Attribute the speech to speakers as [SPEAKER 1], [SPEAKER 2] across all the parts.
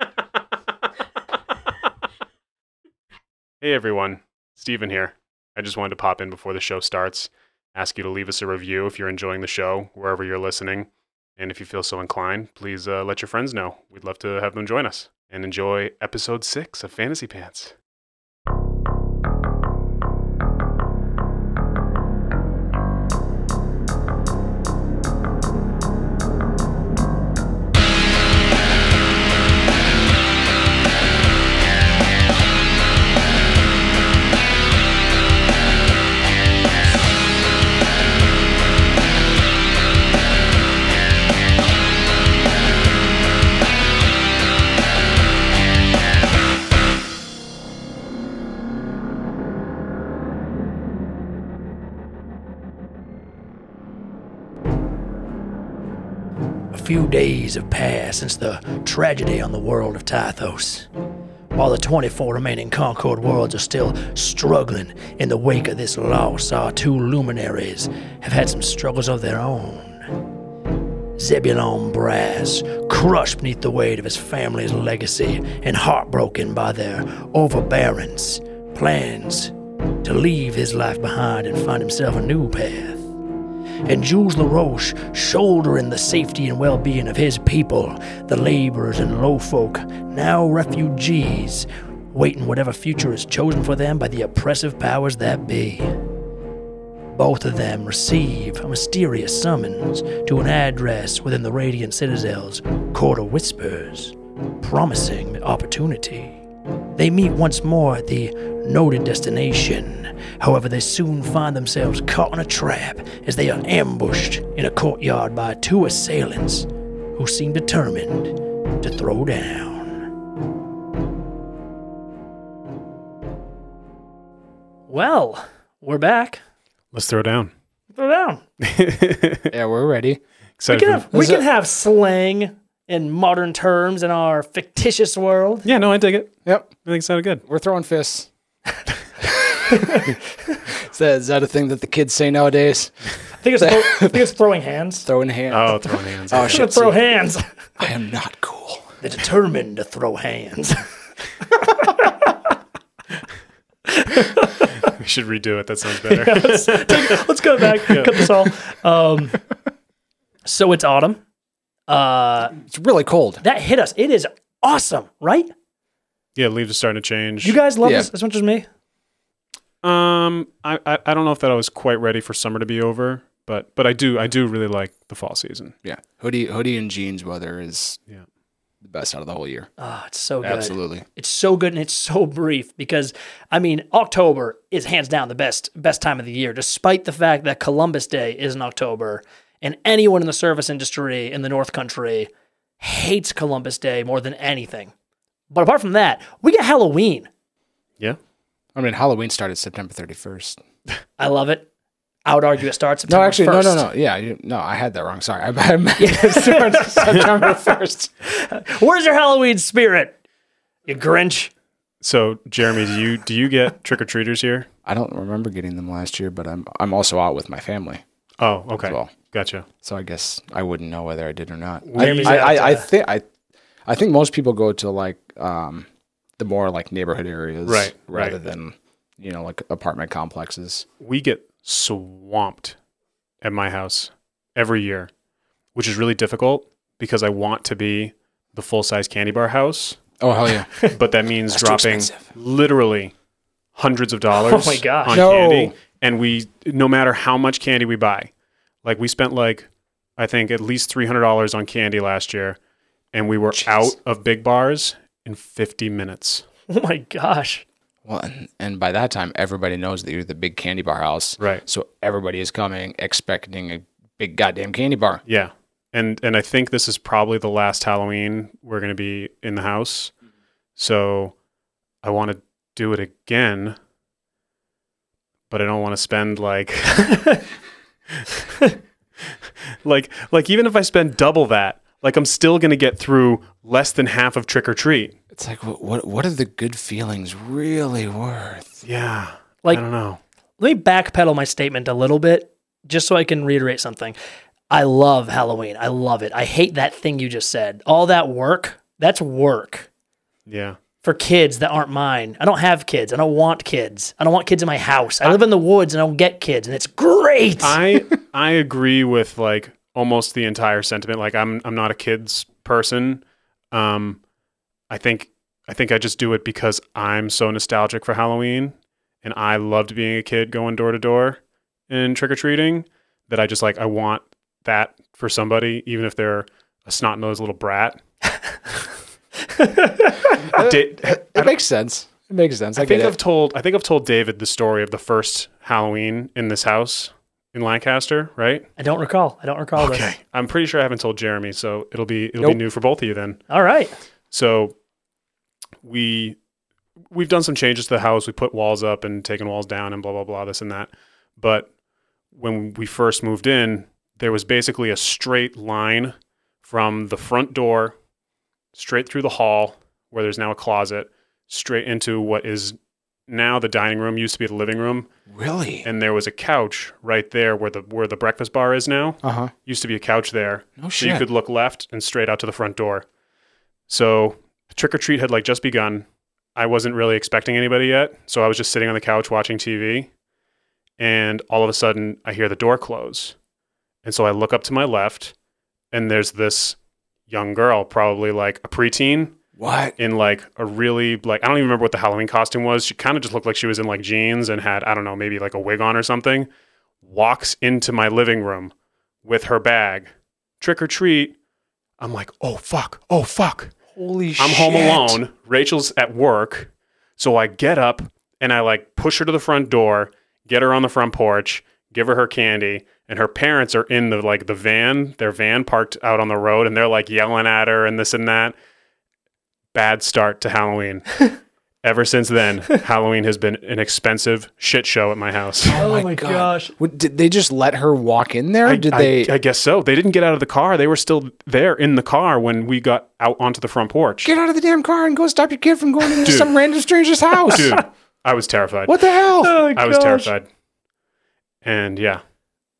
[SPEAKER 1] Hey everyone, Steven here. I just wanted to pop in before the show starts, ask you to leave us a review if you're enjoying the show, wherever you're listening. And if you feel so inclined, please uh, let your friends know. We'd love to have them join us and enjoy episode six of Fantasy Pants.
[SPEAKER 2] A few days have passed since the tragedy on the world of Tythos. While the 24 remaining Concord worlds are still struggling in the wake of this loss, our two luminaries have had some struggles of their own. Zebulon Brass, crushed beneath the weight of his family's legacy and heartbroken by their overbearance, plans to leave his life behind and find himself a new path and Jules LaRoche shouldering the safety and well being of his people, the laborers and low folk, now refugees, waiting whatever future is chosen for them by the oppressive powers that be. Both of them receive a mysterious summons to an address within the Radiant Citadel's Court of Whispers, promising opportunity. They meet once more at the noted destination. However, they soon find themselves caught in a trap as they are ambushed in a courtyard by two assailants who seem determined to throw down. Well, we're back.
[SPEAKER 1] Let's throw down.
[SPEAKER 2] Throw down.
[SPEAKER 1] Excited
[SPEAKER 3] Yeah, we're
[SPEAKER 2] We
[SPEAKER 3] ready.
[SPEAKER 2] can
[SPEAKER 1] for-
[SPEAKER 2] have, we
[SPEAKER 3] Is
[SPEAKER 2] can
[SPEAKER 3] it-
[SPEAKER 2] have slang in modern terms in our fictitious world.
[SPEAKER 1] yeah, no, I dig it.
[SPEAKER 3] Yep,
[SPEAKER 1] I think it sounded good.
[SPEAKER 3] we're throwing fists. is, that, is that a thing that the kids say nowadays?
[SPEAKER 2] I think it's, I think it's throwing hands.
[SPEAKER 3] Throwing hands.
[SPEAKER 1] Oh, throwing hands.
[SPEAKER 3] Oh,
[SPEAKER 2] I should
[SPEAKER 3] shit.
[SPEAKER 2] throw hands.
[SPEAKER 3] I am not cool.
[SPEAKER 2] They're determined to throw hands.
[SPEAKER 1] We should redo it. That sounds better.
[SPEAKER 2] let's, take- let's go back, cut this all. Um, so it's autumn. Uh,
[SPEAKER 3] It's really cold.
[SPEAKER 2] that hit us. It is awesome, right?
[SPEAKER 1] yeah, leaves are starting to change.
[SPEAKER 2] You guys love
[SPEAKER 3] Yeah.
[SPEAKER 2] this as much as me.
[SPEAKER 1] Um, I, I I don't know if that I was quite ready for summer to be over, but but I do I do really like the fall season.
[SPEAKER 3] Yeah, hoodie, hoodie and jeans weather is
[SPEAKER 1] Yeah.
[SPEAKER 3] the best out of the whole year.
[SPEAKER 2] Oh, it's so good.
[SPEAKER 3] Absolutely.
[SPEAKER 2] It's so good and it's so brief because I mean October is hands down the best best time of the year, despite the fact that Columbus Day is in October, and anyone in the service industry in the North Country hates Columbus Day more than anything. But apart from that, we get Halloween.
[SPEAKER 1] Yeah.
[SPEAKER 3] I mean, Halloween started September 31st.
[SPEAKER 2] I love it. I would argue it starts September
[SPEAKER 3] No, actually,
[SPEAKER 2] 1st.
[SPEAKER 3] no, no, no. Yeah, you, no, I had that wrong. Sorry, I, I meant it starts September 1st.
[SPEAKER 2] Where's your Halloween spirit? You Grinch.
[SPEAKER 1] So Jeremy, do you do you get trick or treaters here?
[SPEAKER 3] I don't remember getting them last year, but I'm I'm also out with my family.
[SPEAKER 1] Oh, okay.
[SPEAKER 3] well.
[SPEAKER 1] Gotcha.
[SPEAKER 3] So I guess I wouldn't know whether I did or not.
[SPEAKER 2] Maybe
[SPEAKER 3] I, I,
[SPEAKER 2] that,
[SPEAKER 3] I, I
[SPEAKER 2] uh,
[SPEAKER 3] think I, I think most people go to like um, the more like neighborhood areas,
[SPEAKER 1] Right,
[SPEAKER 3] rather
[SPEAKER 1] right.
[SPEAKER 3] than you know like apartment complexes.
[SPEAKER 1] We get swamped at my house every year, which is really difficult because I want to be the full size candy bar house,
[SPEAKER 3] Oh hell yeah!
[SPEAKER 1] but that means
[SPEAKER 3] too
[SPEAKER 1] dropping
[SPEAKER 3] expensive.
[SPEAKER 1] literally hundreds of dollars
[SPEAKER 2] Oh my gosh.
[SPEAKER 1] on
[SPEAKER 3] No.
[SPEAKER 1] candy. And we no matter how much candy we buy, like we spent like I think at least three hundred dollars on candy last year and we were out of big bars in fifty minutes.
[SPEAKER 2] Oh my gosh.
[SPEAKER 3] well, and, and by that time, everybody knows that you're the big candy bar house,
[SPEAKER 1] Right.
[SPEAKER 3] So everybody is coming expecting a big goddamn candy bar.
[SPEAKER 1] Yeah. And and I think this is probably the last Halloween we're going to be in the house. So I want to do it again, but I don't want to spend like like like even if I spend double that, like I'm still going to get through less than half of trick or treat.
[SPEAKER 3] It's like what what what are the good feelings really worth?
[SPEAKER 1] Yeah.
[SPEAKER 2] Like-
[SPEAKER 1] I don't know.
[SPEAKER 2] Let me backpedal my statement a little bit just so I can reiterate something. I love Halloween. I love it. I hate that thing you just said. All that work, that's work.
[SPEAKER 1] Yeah.
[SPEAKER 2] for kids that aren't mine. I don't have kids. I don't want kids. I don't want kids in my house. I, live in the woods and I don't get kids, and it's great.
[SPEAKER 1] I I agree with like almost the entire sentiment. Like I'm I'm not a kids person. Um, I think I think I just do it because I'm so nostalgic for Halloween, and I loved being a kid going door to door and trick or treating. That I just like I want that for somebody, even if they're a snot nosed little brat. Did,
[SPEAKER 3] It makes sense. It makes sense. I,
[SPEAKER 1] I think
[SPEAKER 3] get
[SPEAKER 1] I've
[SPEAKER 3] it.
[SPEAKER 1] told I think I've told David the story of the first Halloween in this house in Lancaster, right?
[SPEAKER 2] I don't recall. I don't recall this.
[SPEAKER 1] I'm pretty sure I haven't told Jeremy, so it'll be it'll
[SPEAKER 3] Nope.
[SPEAKER 1] be new for both of you then.
[SPEAKER 2] All right.
[SPEAKER 1] So we we've done some changes to the house. We put walls up and taken walls down and blah blah blah this and that. But when we first moved in, there was basically a straight line from the front door straight through the hall where there's now a closet straight into what is now the dining room used to be the living room
[SPEAKER 3] Really?
[SPEAKER 1] and there was a couch right there where the where the breakfast bar is now
[SPEAKER 3] Uh huh.
[SPEAKER 1] used to be a couch there.
[SPEAKER 3] No
[SPEAKER 1] so
[SPEAKER 3] Oh, shit.
[SPEAKER 1] you could look left and straight out to the front door. So trick or treat had like just begun. I wasn't really expecting anybody yet, so I was just sitting on the couch watching TV, and all of a sudden I hear the door close, and so I look up to my left, and there's this young girl, probably like a preteen,
[SPEAKER 3] What?
[SPEAKER 1] in like a really like I don't even remember what the Halloween costume was. She kind of just looked like she was in like jeans and had I don't know maybe like a wig on or something. Walks into my living room with her bag, trick or treat. I'm like, oh fuck, oh fuck.
[SPEAKER 3] Holy shit!
[SPEAKER 1] I'm home alone. Rachel's at work, so I get up and I like push her to the front door, get her on the front porch, give her her candy, and her parents are in the like the van, their van parked out on the road, and they're like yelling at her and this and that. Bad start to Halloween. Ever since then, Halloween has been an expensive shit show at my house.
[SPEAKER 2] Oh,
[SPEAKER 3] my God. What, did they just let her walk in there?
[SPEAKER 1] I,
[SPEAKER 3] did
[SPEAKER 1] I-
[SPEAKER 3] they?
[SPEAKER 1] I guess so. They didn't get out of the car. They were still there in the car when we got out onto the front porch.
[SPEAKER 3] get out of the damn car and go stop your kid from going into
[SPEAKER 1] Dude.
[SPEAKER 3] some random stranger's house.
[SPEAKER 1] Dude, I was terrified.
[SPEAKER 3] What the hell?
[SPEAKER 2] Oh,
[SPEAKER 1] I was terrified. And yeah,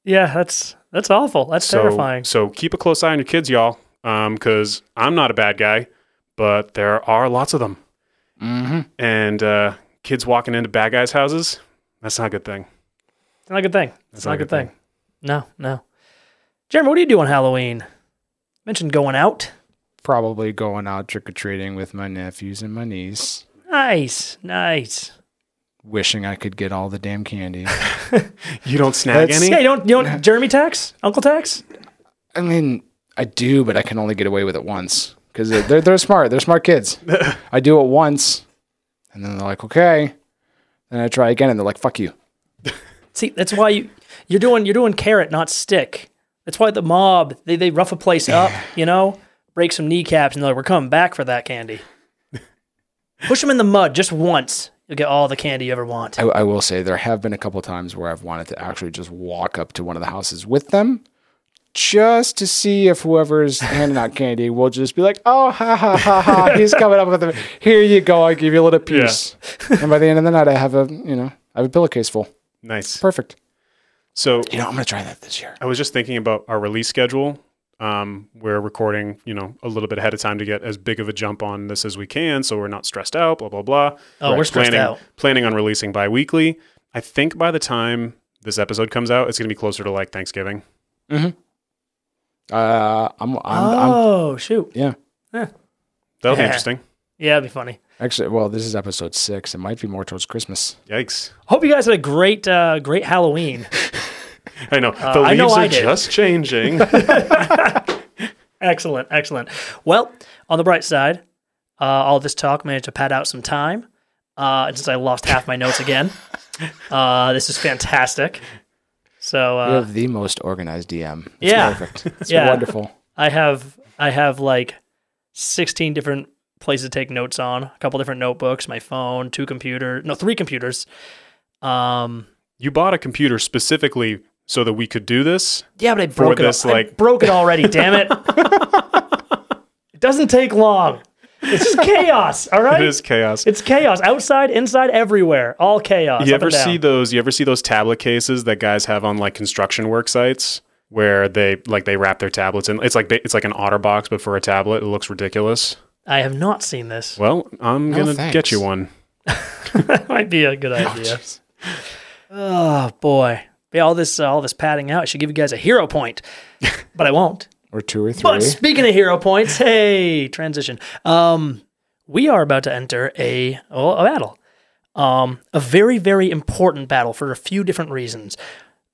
[SPEAKER 2] Yeah, that's that's awful. That's
[SPEAKER 1] so
[SPEAKER 2] terrifying.
[SPEAKER 1] so keep a close eye on your kids, y'all, because I'm not a bad guy, but there are lots of them,
[SPEAKER 3] mm-hmm.
[SPEAKER 1] and uh, kids walking into bad guys' houses, that's not a good thing.
[SPEAKER 2] It's not a good thing. It's not a good thing. No, no. Jeremy, what do you do on Halloween? Mentioned going out.
[SPEAKER 3] Probably going out trick or treating with my nephews and my niece,
[SPEAKER 2] Nice, nice.
[SPEAKER 3] wishing I could get all the damn candy.
[SPEAKER 1] You don't snag
[SPEAKER 3] That's-
[SPEAKER 1] any.
[SPEAKER 2] Yeah, you don't you don't Jeremy tax? Uncle tax?
[SPEAKER 3] I mean, I do, but I can only get away with it once because they're, they're they're smart. They're smart kids. I do it once, and then they're like, okay. Then I try again, and they're like, fuck you.
[SPEAKER 2] See, that's why you you're doing you're doing carrot, not stick. That's why the mob they, they rough a place up, you know, break some kneecaps, and they're like, we're coming back for that candy. Push them in the mud just once. You'll get all the candy you ever want.
[SPEAKER 3] I, I will say there have been a couple times where I've wanted to actually just walk up to one of the houses with them just to see if whoever's handing out candy will just be like, oh, ha, ha, ha, ha, he's coming up with a Here you go. I give you a little piece. and by the end of the night, I have a, you know, I have a pillowcase full.
[SPEAKER 1] Nice.
[SPEAKER 3] Perfect.
[SPEAKER 1] So
[SPEAKER 3] You know, I'm going to try that this year.
[SPEAKER 1] I was just thinking about our release schedule. Um, we're recording, you know, a little bit ahead of time to get as big of a jump on this as we can, so we're not stressed out. Blah blah blah.
[SPEAKER 2] Oh, we're stressed
[SPEAKER 1] planning
[SPEAKER 2] out.
[SPEAKER 1] planning on releasing bi-weekly. I think by the time this episode comes out, it's going to be closer to like Thanksgiving.
[SPEAKER 3] Uh, I'm, I'm, I'm,
[SPEAKER 2] oh shoot!
[SPEAKER 3] yeah.
[SPEAKER 1] That'll be
[SPEAKER 2] Yeah.
[SPEAKER 1] interesting.
[SPEAKER 2] Yeah, that'd be funny.
[SPEAKER 3] Actually, well, this is episode six. It might be more towards Christmas.
[SPEAKER 1] Yikes!
[SPEAKER 2] Hope you guys had a great, uh, great Halloween.
[SPEAKER 1] I know the
[SPEAKER 2] Uh, I
[SPEAKER 1] leaves
[SPEAKER 2] know I
[SPEAKER 1] are
[SPEAKER 2] did.
[SPEAKER 1] just changing.
[SPEAKER 2] excellent, excellent. Well, on the bright side, uh, all this talk managed to pad out some time. Uh, and since I lost half my notes again, uh, this is fantastic. So
[SPEAKER 3] We
[SPEAKER 2] uh,
[SPEAKER 3] have the most organized DM. It's
[SPEAKER 2] Yeah.
[SPEAKER 3] perfect. It's
[SPEAKER 2] Yeah.
[SPEAKER 3] wonderful.
[SPEAKER 2] I have, I have like sixteen different places to take notes on. A couple different notebooks, my phone, two computers, no, three computers. Um,
[SPEAKER 1] you bought a computer specifically so that we could do this.
[SPEAKER 2] Yeah, but I broke it.
[SPEAKER 1] this,
[SPEAKER 2] al- I
[SPEAKER 1] like-
[SPEAKER 2] broke it already. damn it! it doesn't take long. It's just chaos. All right,
[SPEAKER 1] It is chaos.
[SPEAKER 2] It's chaos outside, inside, everywhere. All chaos.
[SPEAKER 1] you
[SPEAKER 2] up
[SPEAKER 1] ever
[SPEAKER 2] and down.
[SPEAKER 1] see those you ever see those tablet cases that guys have on like construction work sites where they like they wrap their tablets in it's like ba- it's like an otter box but for a tablet it looks ridiculous
[SPEAKER 2] I have not seen this.
[SPEAKER 1] Well, I'm
[SPEAKER 2] Oh,
[SPEAKER 3] No,
[SPEAKER 1] gonna get
[SPEAKER 3] thanks.
[SPEAKER 1] you one.
[SPEAKER 2] that might be a good idea. Oh boy. Yeah, all this uh, all this padding out I should give you guys a hero point, but I won't.
[SPEAKER 3] Or two or three.
[SPEAKER 2] But speaking of hero points, hey, transition. Um, we are about to enter a oh, a battle. Um, a very very important battle for a few different reasons.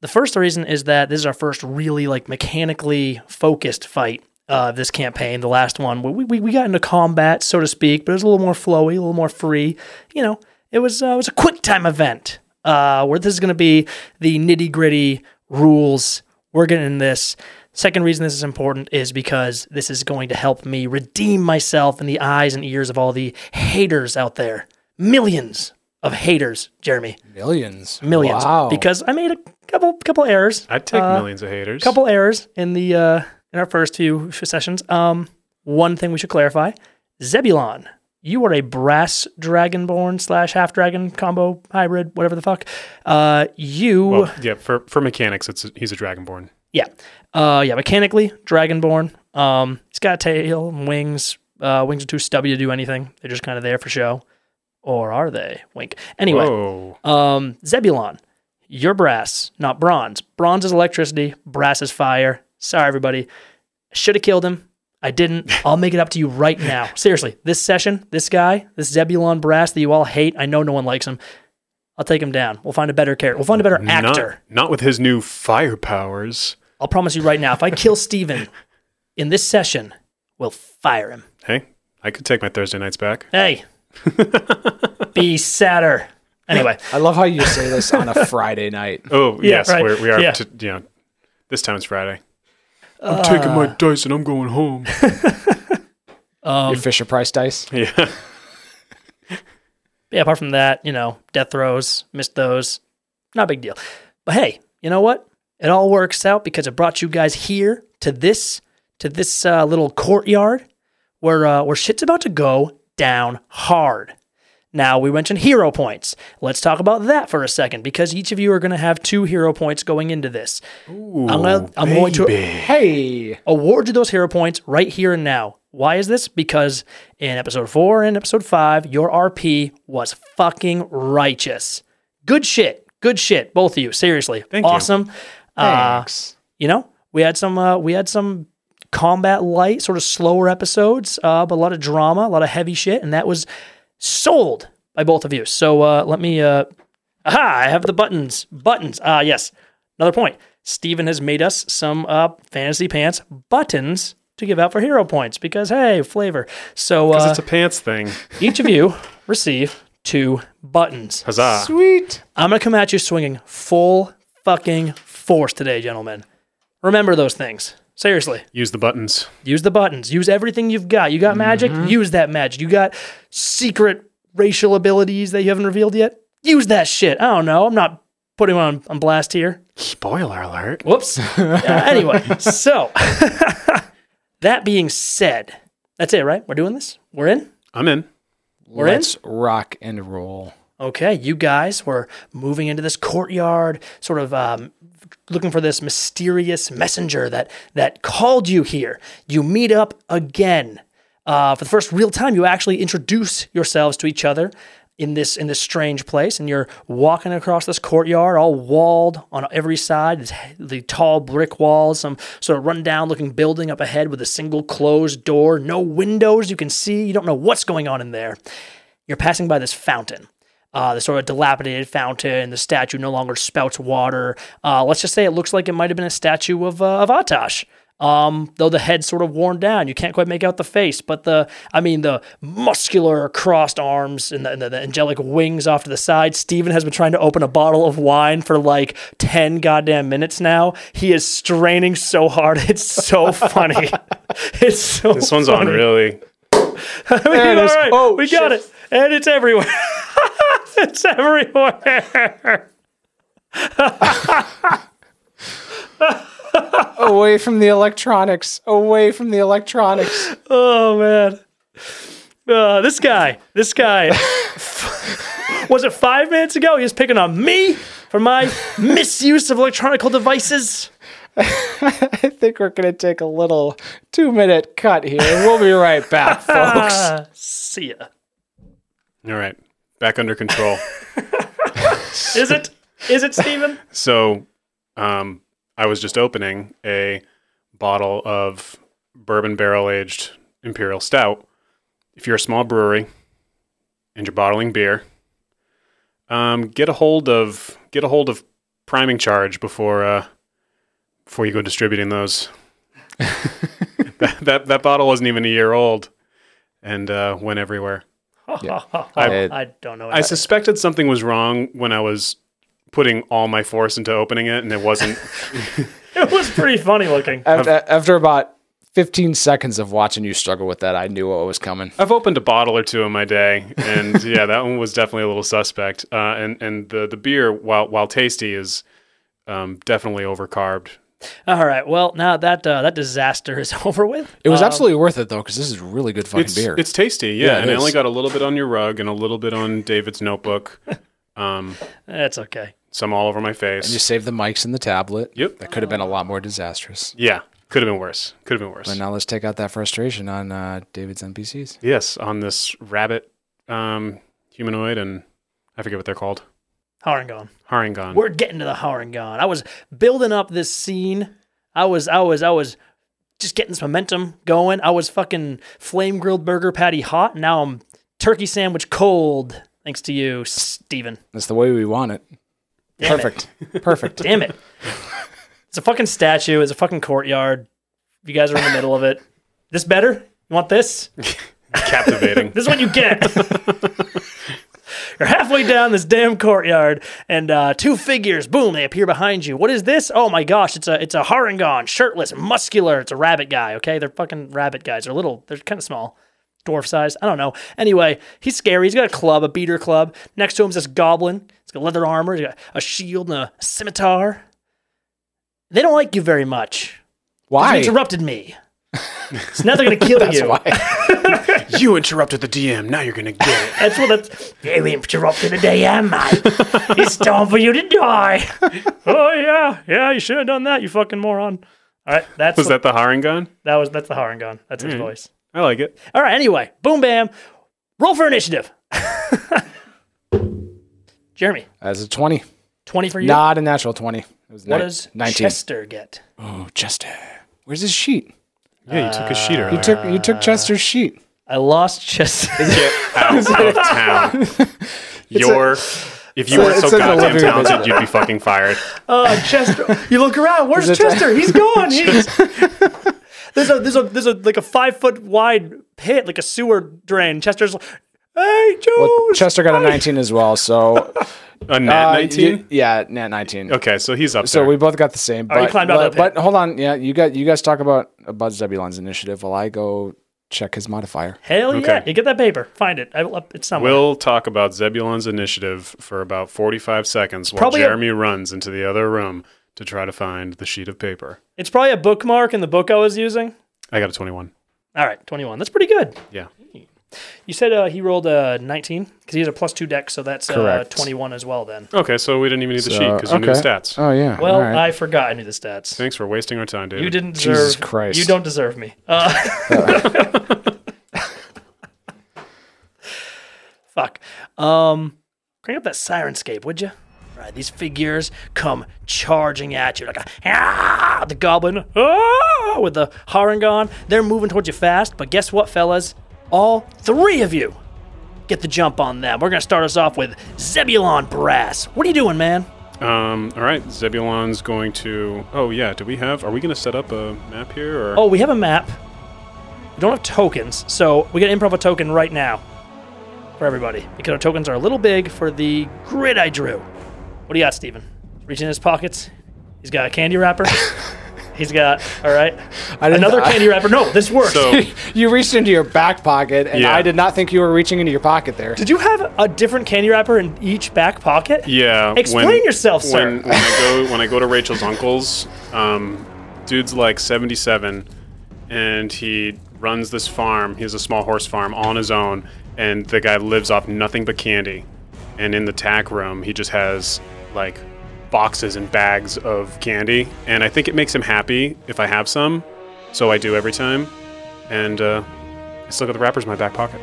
[SPEAKER 2] The first reason is that this is our first really like mechanically focused fight uh, of this campaign. The last one we, we we got into combat so to speak, but it was a little more flowy, a little more free. You know, it was uh, it was a quick time event uh, where this is going to be the nitty gritty rules. We're getting in this. Second reason this is important is because this is going to help me redeem myself in the eyes and ears of all the haters out there. Millions of haters, Jeremy.
[SPEAKER 3] millions.
[SPEAKER 2] Millions.
[SPEAKER 3] Wow.
[SPEAKER 2] Because I made a couple couple errors.
[SPEAKER 1] I'd take
[SPEAKER 2] Uh,
[SPEAKER 1] millions of haters.
[SPEAKER 2] Couple errors in the uh, in our first few sessions. Um, one thing we should clarify: Zebulon, you are a brass dragonborn slash half dragon combo hybrid, whatever the fuck. Uh, you
[SPEAKER 1] Well, yeah, for for mechanics, it's he's a dragonborn.
[SPEAKER 2] yeah. Uh, yeah, mechanically, Dragonborn. Um, he's got a tail and wings. Uh, wings are too stubby to do anything. They're just kind of there for show. Or are they? Wink. Anyway,
[SPEAKER 1] Whoa,
[SPEAKER 2] um, Zebulon, you're brass, not bronze. Bronze is electricity, brass is fire. Sorry, everybody. Should have killed him. I didn't. I'll make it up to you right now. Seriously, this session, this guy, this Zebulon brass that you all hate, I know no one likes him. I'll take him down. We'll find a better character. We'll find a better actor.
[SPEAKER 1] Not, not with his new fire powers.
[SPEAKER 2] I'll promise you right now, if I kill Steven in this session, we'll fire him.
[SPEAKER 1] Hey, I could take my Thursday nights back.
[SPEAKER 2] Hey, be sadder. Anyway,
[SPEAKER 3] I love how you say this on a Friday night.
[SPEAKER 1] Oh
[SPEAKER 2] Yeah,
[SPEAKER 1] yes,
[SPEAKER 2] right.
[SPEAKER 1] we're, we are.
[SPEAKER 2] Yeah.
[SPEAKER 1] To, you know, this time it's Friday. Uh, I'm taking my dice and I'm going home. Um,
[SPEAKER 3] Your Fisher Price dice.
[SPEAKER 1] yeah,
[SPEAKER 2] yeah, apart from that, you know, death throws, missed those, not a big deal. But hey, you know what? It all works out because it brought you guys here to this to this uh, little courtyard where uh, where shit's about to go down hard. Now we mentioned hero points. Let's talk about that for a second because each of you are going to have two hero points going into this. I'm, gonna, I'm going to
[SPEAKER 3] Hey.
[SPEAKER 2] award you those hero points right here and now. Why is this? Because in episode four and episode five, your RP was fucking righteous. Good shit. Good shit. Both of you. Seriously.
[SPEAKER 1] Thank you.
[SPEAKER 2] awesome.
[SPEAKER 1] Ah.
[SPEAKER 2] Uh,
[SPEAKER 3] Thanks.
[SPEAKER 2] you know, we had some uh, we had some combat light, sort of slower episodes, uh, but a lot of drama, a lot of heavy shit, and that was sold by both of you. So uh, let me. Uh, aha! I have the buttons. Buttons. Ah, yes. Another point. Steven has made us some uh, fantasy pants buttons to give out for hero points because hey, flavor. So
[SPEAKER 1] Because
[SPEAKER 2] uh,
[SPEAKER 1] it's a pants thing.
[SPEAKER 2] each of you receive two buttons.
[SPEAKER 1] Huzzah!
[SPEAKER 3] Sweet.
[SPEAKER 2] I'm gonna come at you swinging full fucking force today, gentlemen. Remember those things. Seriously,
[SPEAKER 1] Use the buttons.
[SPEAKER 2] use the buttons. Use everything you've got. You got magic. Use that magic. You got secret racial abilities that you haven't revealed yet. Use that shit. I don't know. I'm not putting one on, on blast here.
[SPEAKER 1] Spoiler alert.
[SPEAKER 2] Whoops. Uh, anyway, so that being said, that's it, right? We're doing this. We're in.
[SPEAKER 1] I'm in.
[SPEAKER 2] in?
[SPEAKER 3] Let's rock and roll.
[SPEAKER 2] Okay, you guys were moving into this courtyard, sort of um, looking for this mysterious messenger that that called you here. You meet up again uh, for the first real time. You actually introduce yourselves to each other in this in this strange place, and you're walking across this courtyard, all walled on every side. It's he- The tall brick walls, some sort of rundown looking building up ahead with a single closed door, no windows you can see. You don't know what's going on in there. You're passing by this fountain uh, the sort of dilapidated fountain. The statue no longer spouts water. Uh, let's just say it looks like it might have been a statue of uh, of Atash. Um, though the head's sort of worn down, you can't quite make out the face, but the, I mean, the muscular crossed arms and the, and the, the angelic wings off to the side. Steven has been trying to open a bottle of wine for like 10 goddamn minutes now. He is straining so hard. It's so funny. it's so
[SPEAKER 1] This one's on really.
[SPEAKER 2] we
[SPEAKER 3] There
[SPEAKER 2] did
[SPEAKER 3] it is.
[SPEAKER 2] all right.
[SPEAKER 3] Oh,
[SPEAKER 2] we got
[SPEAKER 3] shit.
[SPEAKER 2] it. And it's everywhere. it's everywhere.
[SPEAKER 3] Away from the electronics. Away from the electronics.
[SPEAKER 2] Oh man. Uh, this guy, this guy, was it five minutes ago? He was picking on me for my misuse of electronical devices.
[SPEAKER 3] I think we're going to take a little two minute cut here. We'll be right back, folks.
[SPEAKER 2] See ya.
[SPEAKER 1] All right, back under control.
[SPEAKER 2] Is it? Is it, Steven?
[SPEAKER 1] so, um, I was just opening a bottle of bourbon barrel aged imperial stout. If you're a small brewery and you're bottling beer, um, get a hold of get a hold of priming charge before uh, before you go distributing those. that, that that bottle wasn't even a year old, and uh, went everywhere.
[SPEAKER 2] I, don't know. what
[SPEAKER 1] I
[SPEAKER 2] that-
[SPEAKER 1] suspected something was wrong when I was putting all my force into opening it, and it wasn't.
[SPEAKER 2] it was pretty funny looking.
[SPEAKER 3] After, after about 15 seconds of watching you struggle with that, I knew what was coming.
[SPEAKER 1] I've opened a bottle or two in my day, and yeah, that one was definitely a little suspect. Uh, and and the the beer, while while tasty, is um, definitely overcarbed.
[SPEAKER 2] All right. Well, now that uh, that disaster is over with.
[SPEAKER 3] It was absolutely worth it, though, because this is really good fucking
[SPEAKER 1] Um, It's
[SPEAKER 3] beer.
[SPEAKER 1] it's tasty, yeah.
[SPEAKER 3] Yeah, it
[SPEAKER 1] and I
[SPEAKER 3] is.
[SPEAKER 1] only got a little bit on your rug and a little bit on David's notebook, um,
[SPEAKER 2] That's okay.
[SPEAKER 1] some all over my face.
[SPEAKER 3] and you saved the mics and the tablet.
[SPEAKER 1] Yep.
[SPEAKER 3] That could have been a lot more disastrous.
[SPEAKER 1] yeah, could have been worse. Could have been worse.
[SPEAKER 3] But now let's take out that frustration on uh, David's NPCs.
[SPEAKER 1] Yes, on this rabbit um, humanoid, and I forget what they're called.
[SPEAKER 2] Harangon.
[SPEAKER 1] Harangon.
[SPEAKER 2] We're getting to the Harangon. I was building up this scene. I was, I was, I was just getting this momentum going. I was fucking flame grilled burger patty hot. Now I'm turkey sandwich cold. Thanks to you, Steven.
[SPEAKER 3] That's the way we want it.
[SPEAKER 2] Damn it.
[SPEAKER 3] Perfect. Perfect.
[SPEAKER 2] Damn it. It's a fucking statue. It's a fucking courtyard. You guys are in the middle of it. This better? You want this?
[SPEAKER 1] captivating.
[SPEAKER 2] This is what you get. You're halfway down this damn courtyard, and uh, two figures, boom, they appear behind you. What is this? Oh my gosh, it's a it's a Harangon, shirtless, muscular. It's a rabbit guy. Okay, they're fucking rabbit guys. They're little. They're kind of small, dwarf size. I don't know. Anyway, he's scary. He's got a club, a beater club. Next to him's this goblin. He's got leather armor. He's got a shield and a scimitar. They don't like you very much. You
[SPEAKER 3] Why?
[SPEAKER 2] interrupted me. so now they're gonna kill you.
[SPEAKER 1] you interrupted the DM. Now you're gonna get it.
[SPEAKER 2] That's what that's. You interrupted the day, am I? It's time for you to die. oh yeah, yeah. You should have done that. You fucking moron. All right, that's
[SPEAKER 1] Was
[SPEAKER 2] what-
[SPEAKER 1] that the Harangon?
[SPEAKER 2] that was that's the Harangon. That's his voice.
[SPEAKER 1] I like it.
[SPEAKER 2] All right. Anyway, boom, bam. Roll for initiative. Jeremy,
[SPEAKER 3] As a 20.
[SPEAKER 2] twenty for you.
[SPEAKER 3] Not a natural 20. It was
[SPEAKER 2] what
[SPEAKER 3] ni-
[SPEAKER 2] does
[SPEAKER 3] 19.
[SPEAKER 2] Chester get?
[SPEAKER 3] Oh, Chester. Where's his sheet?
[SPEAKER 1] Yeah, you took a sheet earlier.
[SPEAKER 3] You took you
[SPEAKER 2] Uh,
[SPEAKER 3] took Chester's sheet.
[SPEAKER 2] I lost Chester.
[SPEAKER 1] Get out of town. You're. if you
[SPEAKER 3] a-
[SPEAKER 1] were
[SPEAKER 3] it's
[SPEAKER 1] so
[SPEAKER 3] in the
[SPEAKER 1] goddamn
[SPEAKER 3] living room, isn't
[SPEAKER 1] talented, you'd be fucking fired.
[SPEAKER 2] Uh, Chester, you look around. Where's
[SPEAKER 3] Is it-
[SPEAKER 2] Chester? He's gone. He's- there's a there's a there's a like a five foot wide pit, like a sewer drain. Chester's, like, hey Joe.
[SPEAKER 3] Well, Chester got a 19 as well. So
[SPEAKER 1] A nat
[SPEAKER 3] uh,
[SPEAKER 1] nineteen.
[SPEAKER 3] you- yeah, nat 19.
[SPEAKER 1] okay, so he's up
[SPEAKER 3] So
[SPEAKER 1] there.
[SPEAKER 3] we both got the same. But,
[SPEAKER 2] Oh, you climbed out of
[SPEAKER 3] but,
[SPEAKER 2] the pit.
[SPEAKER 3] but hold on, yeah, you got you guys talk about about Zebulon's initiative while I go check his modifier.
[SPEAKER 2] Hell yeah!
[SPEAKER 1] Okay.
[SPEAKER 2] You get that paper. Find it. I, will up- it's somewhere.
[SPEAKER 1] We'll talk about Zebulon's initiative for about 45 seconds while
[SPEAKER 2] Probably a-
[SPEAKER 1] Jeremy runs into the other room to try to find the sheet of paper.
[SPEAKER 2] it's probably a bookmark in the book I was using.
[SPEAKER 1] I got a 21.
[SPEAKER 2] All right, twenty one. That's pretty good.
[SPEAKER 1] Yeah.
[SPEAKER 2] You said uh, he rolled a nineteen because he has a plus two deck, so that's uh,
[SPEAKER 3] Correct.
[SPEAKER 2] twenty one as well. Then.
[SPEAKER 1] Okay, so we didn't even need the sheet 'cause sheet because you knew the stats.
[SPEAKER 3] Uh, Oh yeah.
[SPEAKER 2] Well,
[SPEAKER 3] all right.
[SPEAKER 2] I forgot. I knew the stats.
[SPEAKER 1] Thanks for wasting our time, dude.
[SPEAKER 2] You didn't deserve.
[SPEAKER 3] Jesus Christ.
[SPEAKER 2] You don't deserve me. Uh, fuck. Um, crank up that sirenscape, would you? Right, these figures come charging at you like a, ah, the goblin ah, with the harangon. They're moving towards you fast, but guess what, fellas? All three of you get the jump on them. We're gonna start us off with Zebulon Brass. What are you doing, man?
[SPEAKER 1] Um, all right, Zebulon's going to. Oh yeah, do we have? Are we going to set up a map here? Or
[SPEAKER 2] Oh, we have a map. We don't have tokens, so we gotta improv a token right now for everybody because our tokens are a little big for the grid I drew. What do you got, Steven? Reach in his pockets. He's got a candy wrapper. He's got all right.
[SPEAKER 3] I didn't-
[SPEAKER 2] Another
[SPEAKER 3] I-
[SPEAKER 2] candy wrapper. No, this works.
[SPEAKER 1] so
[SPEAKER 3] you reached into your back pocket, and
[SPEAKER 1] Yeah.
[SPEAKER 3] I did not think you were reaching into your pocket there.
[SPEAKER 2] Did you have a different candy wrapper in each back pocket?
[SPEAKER 1] yeah.
[SPEAKER 2] Explain yourself, sir.
[SPEAKER 1] When, when I go when I go to Rachel's uncle's, um, dude's like seventy-seven, and he runs this farm. He has a small horse farm on his own, and the guy lives off nothing but candy. And in the tack room, he just has like boxes and bags of candy, and I think it makes him happy if I have some, so I do every time. And uh, I still got the wrappers in my back pocket.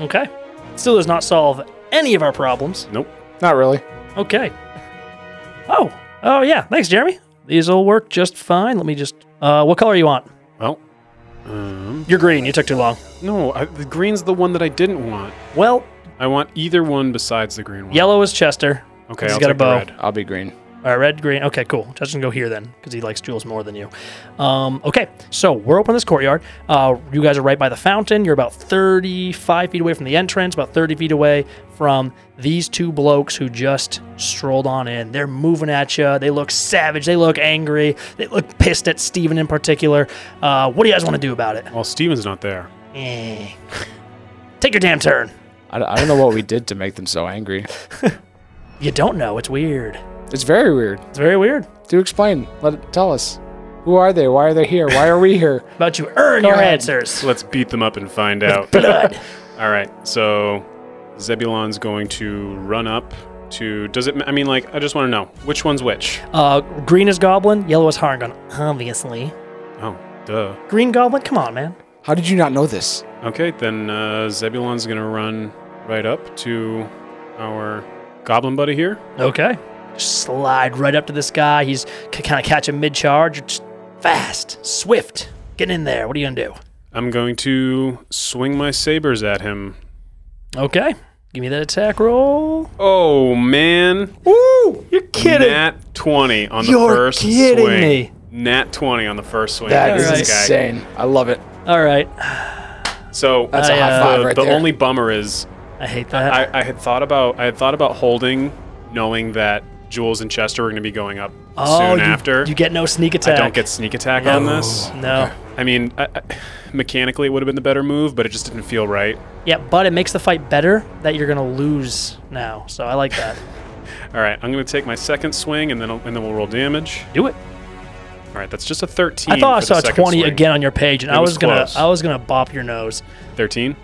[SPEAKER 2] Okay. Still does not solve any of our problems.
[SPEAKER 1] Nope.
[SPEAKER 3] Not really.
[SPEAKER 2] Okay. Oh. Oh yeah. Thanks, Jeremy. These will work just fine. Let me just. Uh, what color you want?
[SPEAKER 1] Well,
[SPEAKER 2] You're green. You took too long.
[SPEAKER 1] no, I, the green's the one that I didn't want.
[SPEAKER 2] Well,
[SPEAKER 1] I want either one besides the green one.
[SPEAKER 2] yellow is Chester.
[SPEAKER 1] Okay,
[SPEAKER 2] He's
[SPEAKER 1] I'll
[SPEAKER 2] got a
[SPEAKER 1] take the
[SPEAKER 2] bow.
[SPEAKER 1] red.
[SPEAKER 3] I'll be green.
[SPEAKER 2] All right, red, green. Okay, cool. Chester can go here then because he likes Jules more than you. Um, okay, so we're open this courtyard. Uh, you guys are right by the fountain. You're about 35 feet away from the entrance, about 30 feet away from these two blokes who just strolled on in. They're moving at you. They look savage. They look angry. They look pissed at Steven in particular. Uh, what do you guys want to do about it?
[SPEAKER 1] Well, Steven's not there.
[SPEAKER 2] Eh. Take your damn turn.
[SPEAKER 3] I, I don't know what we did to make them so angry.
[SPEAKER 2] You don't know. It's weird.
[SPEAKER 3] It's very weird.
[SPEAKER 2] It's very weird.
[SPEAKER 3] Do explain. Let it tell us. Who are they? Why are they here? Why are we here?
[SPEAKER 2] About you earn your
[SPEAKER 3] ahead.
[SPEAKER 2] answers.
[SPEAKER 1] Let's beat them up and find out.
[SPEAKER 2] Blood.
[SPEAKER 1] All right. So Zebulon's going to run up to. Does it? ma- I mean, like, I just want to know which one's which.
[SPEAKER 2] Uh, green is Goblin, yellow is Harngon, obviously.
[SPEAKER 1] Oh, duh.
[SPEAKER 2] Green Goblin, come on, man.
[SPEAKER 3] How did you not know this?
[SPEAKER 1] Okay, then uh, Zebulon's gonna run right up to our goblin buddy here.
[SPEAKER 2] Okay. Just slide right up to this guy. He's c- kind of catching mid charge. Just fast, swift. Get in there. What are you going to do?
[SPEAKER 1] I'm going to swing my sabers at him.
[SPEAKER 2] Okay. Give me that attack roll.
[SPEAKER 1] Oh man!
[SPEAKER 2] Ooh, you're kidding.
[SPEAKER 1] Nat twenty on the
[SPEAKER 2] You're
[SPEAKER 1] first
[SPEAKER 2] kidding
[SPEAKER 1] swing.
[SPEAKER 2] me.
[SPEAKER 1] Nat twenty on the first swing.
[SPEAKER 3] That
[SPEAKER 1] This
[SPEAKER 3] is
[SPEAKER 2] Alright.
[SPEAKER 1] guy.
[SPEAKER 3] insane. I love it.
[SPEAKER 2] All right.
[SPEAKER 1] So
[SPEAKER 3] That's
[SPEAKER 2] a
[SPEAKER 3] a
[SPEAKER 2] I, high
[SPEAKER 3] high
[SPEAKER 2] uh,
[SPEAKER 1] the,
[SPEAKER 3] five right
[SPEAKER 1] the
[SPEAKER 3] there.
[SPEAKER 1] only bummer is
[SPEAKER 2] I hate that.
[SPEAKER 1] I, I had thought about I had thought about holding, knowing that Jules and Chester were going to be going up
[SPEAKER 2] oh,
[SPEAKER 1] soon
[SPEAKER 2] you,
[SPEAKER 1] after.
[SPEAKER 2] you get no sneak
[SPEAKER 1] I
[SPEAKER 2] attack. Oh,
[SPEAKER 1] don't get sneak attack on this.
[SPEAKER 2] No.
[SPEAKER 1] I mean, I, I, mechanically it would have been the better move, but it just didn't feel right.
[SPEAKER 2] Yeah, but it makes the fight better that you're going to lose now. So I like that.
[SPEAKER 1] All right, I'm going to take my second swing, and then I'll- and then we'll roll damage.
[SPEAKER 2] do it.
[SPEAKER 1] All right, that's just a 13.
[SPEAKER 2] I thought I
[SPEAKER 1] for the
[SPEAKER 2] saw a
[SPEAKER 1] second
[SPEAKER 2] 20
[SPEAKER 1] swing.
[SPEAKER 2] again on your page, and I
[SPEAKER 1] was
[SPEAKER 2] was gonna,
[SPEAKER 1] close.
[SPEAKER 2] I was gonna bop your nose.
[SPEAKER 1] 13.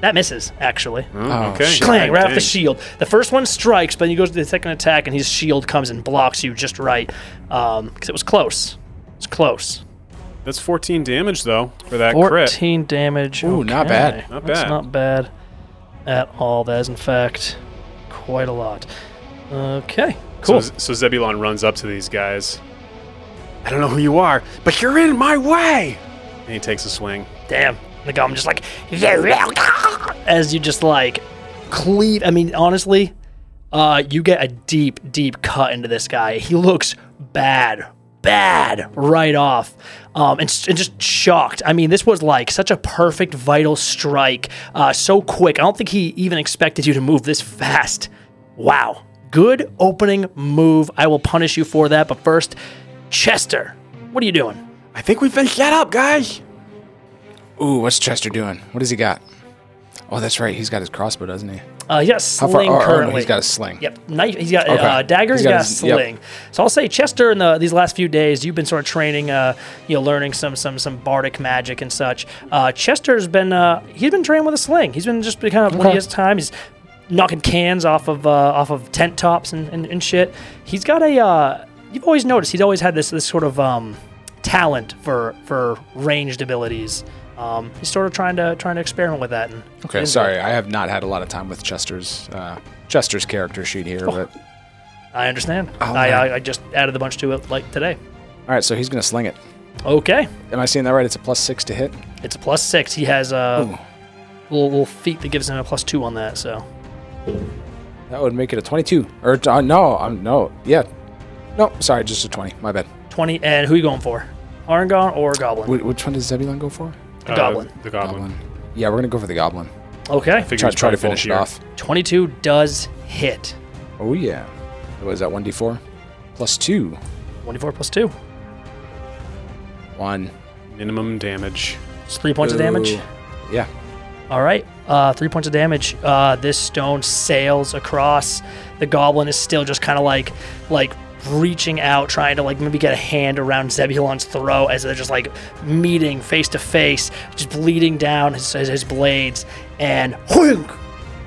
[SPEAKER 2] That misses, actually.
[SPEAKER 1] Oh, okay.
[SPEAKER 3] shit.
[SPEAKER 2] Clang, right off
[SPEAKER 1] Dang.
[SPEAKER 2] the shield. The first one strikes, but then he goes to the second attack, and his shield comes and blocks you just right. Because it was close. It's close.
[SPEAKER 1] That's 14 damage though for that crit.
[SPEAKER 2] 14 damage.
[SPEAKER 3] Ooh, not bad.
[SPEAKER 1] Not
[SPEAKER 2] That's
[SPEAKER 1] bad.
[SPEAKER 2] not bad at all. That is, in fact, quite a lot. Okay, cool.
[SPEAKER 1] So, so Zebulon runs up to these guys. I don't know who you are, but you're in my way. And he takes a swing.
[SPEAKER 2] Damn. The goblin just like, as you just like cleave. I mean, honestly, uh, you get a deep, deep cut into this guy. He looks bad, bad right off, um, and, s- and just shocked. I mean, this was like such a perfect vital strike, uh, so quick. I don't think he even expected you to move this fast. Wow. Good opening move. I will punish you for that. But first, Chester, what are you doing?
[SPEAKER 4] I think we've been shut up, guys.
[SPEAKER 3] Ooh, what's Chester doing? What does he got? Oh, that's right. He's got his crossbow, doesn't he?
[SPEAKER 2] Uh, he got a
[SPEAKER 3] How far?
[SPEAKER 2] sling
[SPEAKER 3] Oh, oh, no,
[SPEAKER 2] currently.
[SPEAKER 3] he's got a sling.
[SPEAKER 2] Yep, knife. He's got
[SPEAKER 3] Okay.
[SPEAKER 2] uh, dagger.
[SPEAKER 3] He's
[SPEAKER 2] He's
[SPEAKER 3] got
[SPEAKER 2] got, a
[SPEAKER 3] his- yep.
[SPEAKER 2] sling. So I'll say, Chester, in the these last few days, you've been sort of training, uh, you know, learning some some some bardic magic and such. Uh, Chester's been uh, he's been training with a sling. He's been just been kind of when
[SPEAKER 3] Okay.
[SPEAKER 2] he has time, he's knocking cans off of uh, off of tent tops and, and, and shit. He's got a. Uh, you've always noticed he's always had this this sort of um, talent for for ranged abilities. Um, he's sort of trying to trying to experiment with that. And
[SPEAKER 3] Okay, sorry. I have not had a lot of time with Chester's uh, Chester's character sheet here, but
[SPEAKER 2] I understand. I,
[SPEAKER 3] man.
[SPEAKER 2] I I just added a bunch to it like today.
[SPEAKER 3] all right. So he's gonna sling it.
[SPEAKER 2] Okay.
[SPEAKER 3] Am I seeing that right? It's a plus six to hit.
[SPEAKER 2] It's a plus six. He has a little, little feat that gives him a plus two on that. So
[SPEAKER 3] That would make it a twenty-two. Or uh, no, um, no, yeah, no. Sorry, just a twenty. My bad.
[SPEAKER 2] twenty. And who you going for? Argon or Goblin?
[SPEAKER 3] Wh- which one does Zebulon go for?
[SPEAKER 1] The
[SPEAKER 2] goblin.
[SPEAKER 1] Uh, The goblin.
[SPEAKER 3] Yeah, we're gonna go for the goblin.
[SPEAKER 2] okay.
[SPEAKER 1] Figures
[SPEAKER 3] Try, try
[SPEAKER 1] probably
[SPEAKER 3] to finish it
[SPEAKER 1] bulkier.
[SPEAKER 3] off.
[SPEAKER 2] Twenty-two does hit.
[SPEAKER 3] Oh yeah. What is that? One d four, plus two.
[SPEAKER 2] Twenty-four plus two.
[SPEAKER 3] One.
[SPEAKER 1] Minimum damage.
[SPEAKER 2] It's three points of damage.
[SPEAKER 3] Ooh. Yeah.
[SPEAKER 2] All right, uh, three points of damage. Uh, this stone sails across. The goblin is still just kind of like, like reaching out, trying to like maybe get a hand around Zebulon's throat as they're just like meeting face to face, just bleeding down his, his, his blades. And whoink,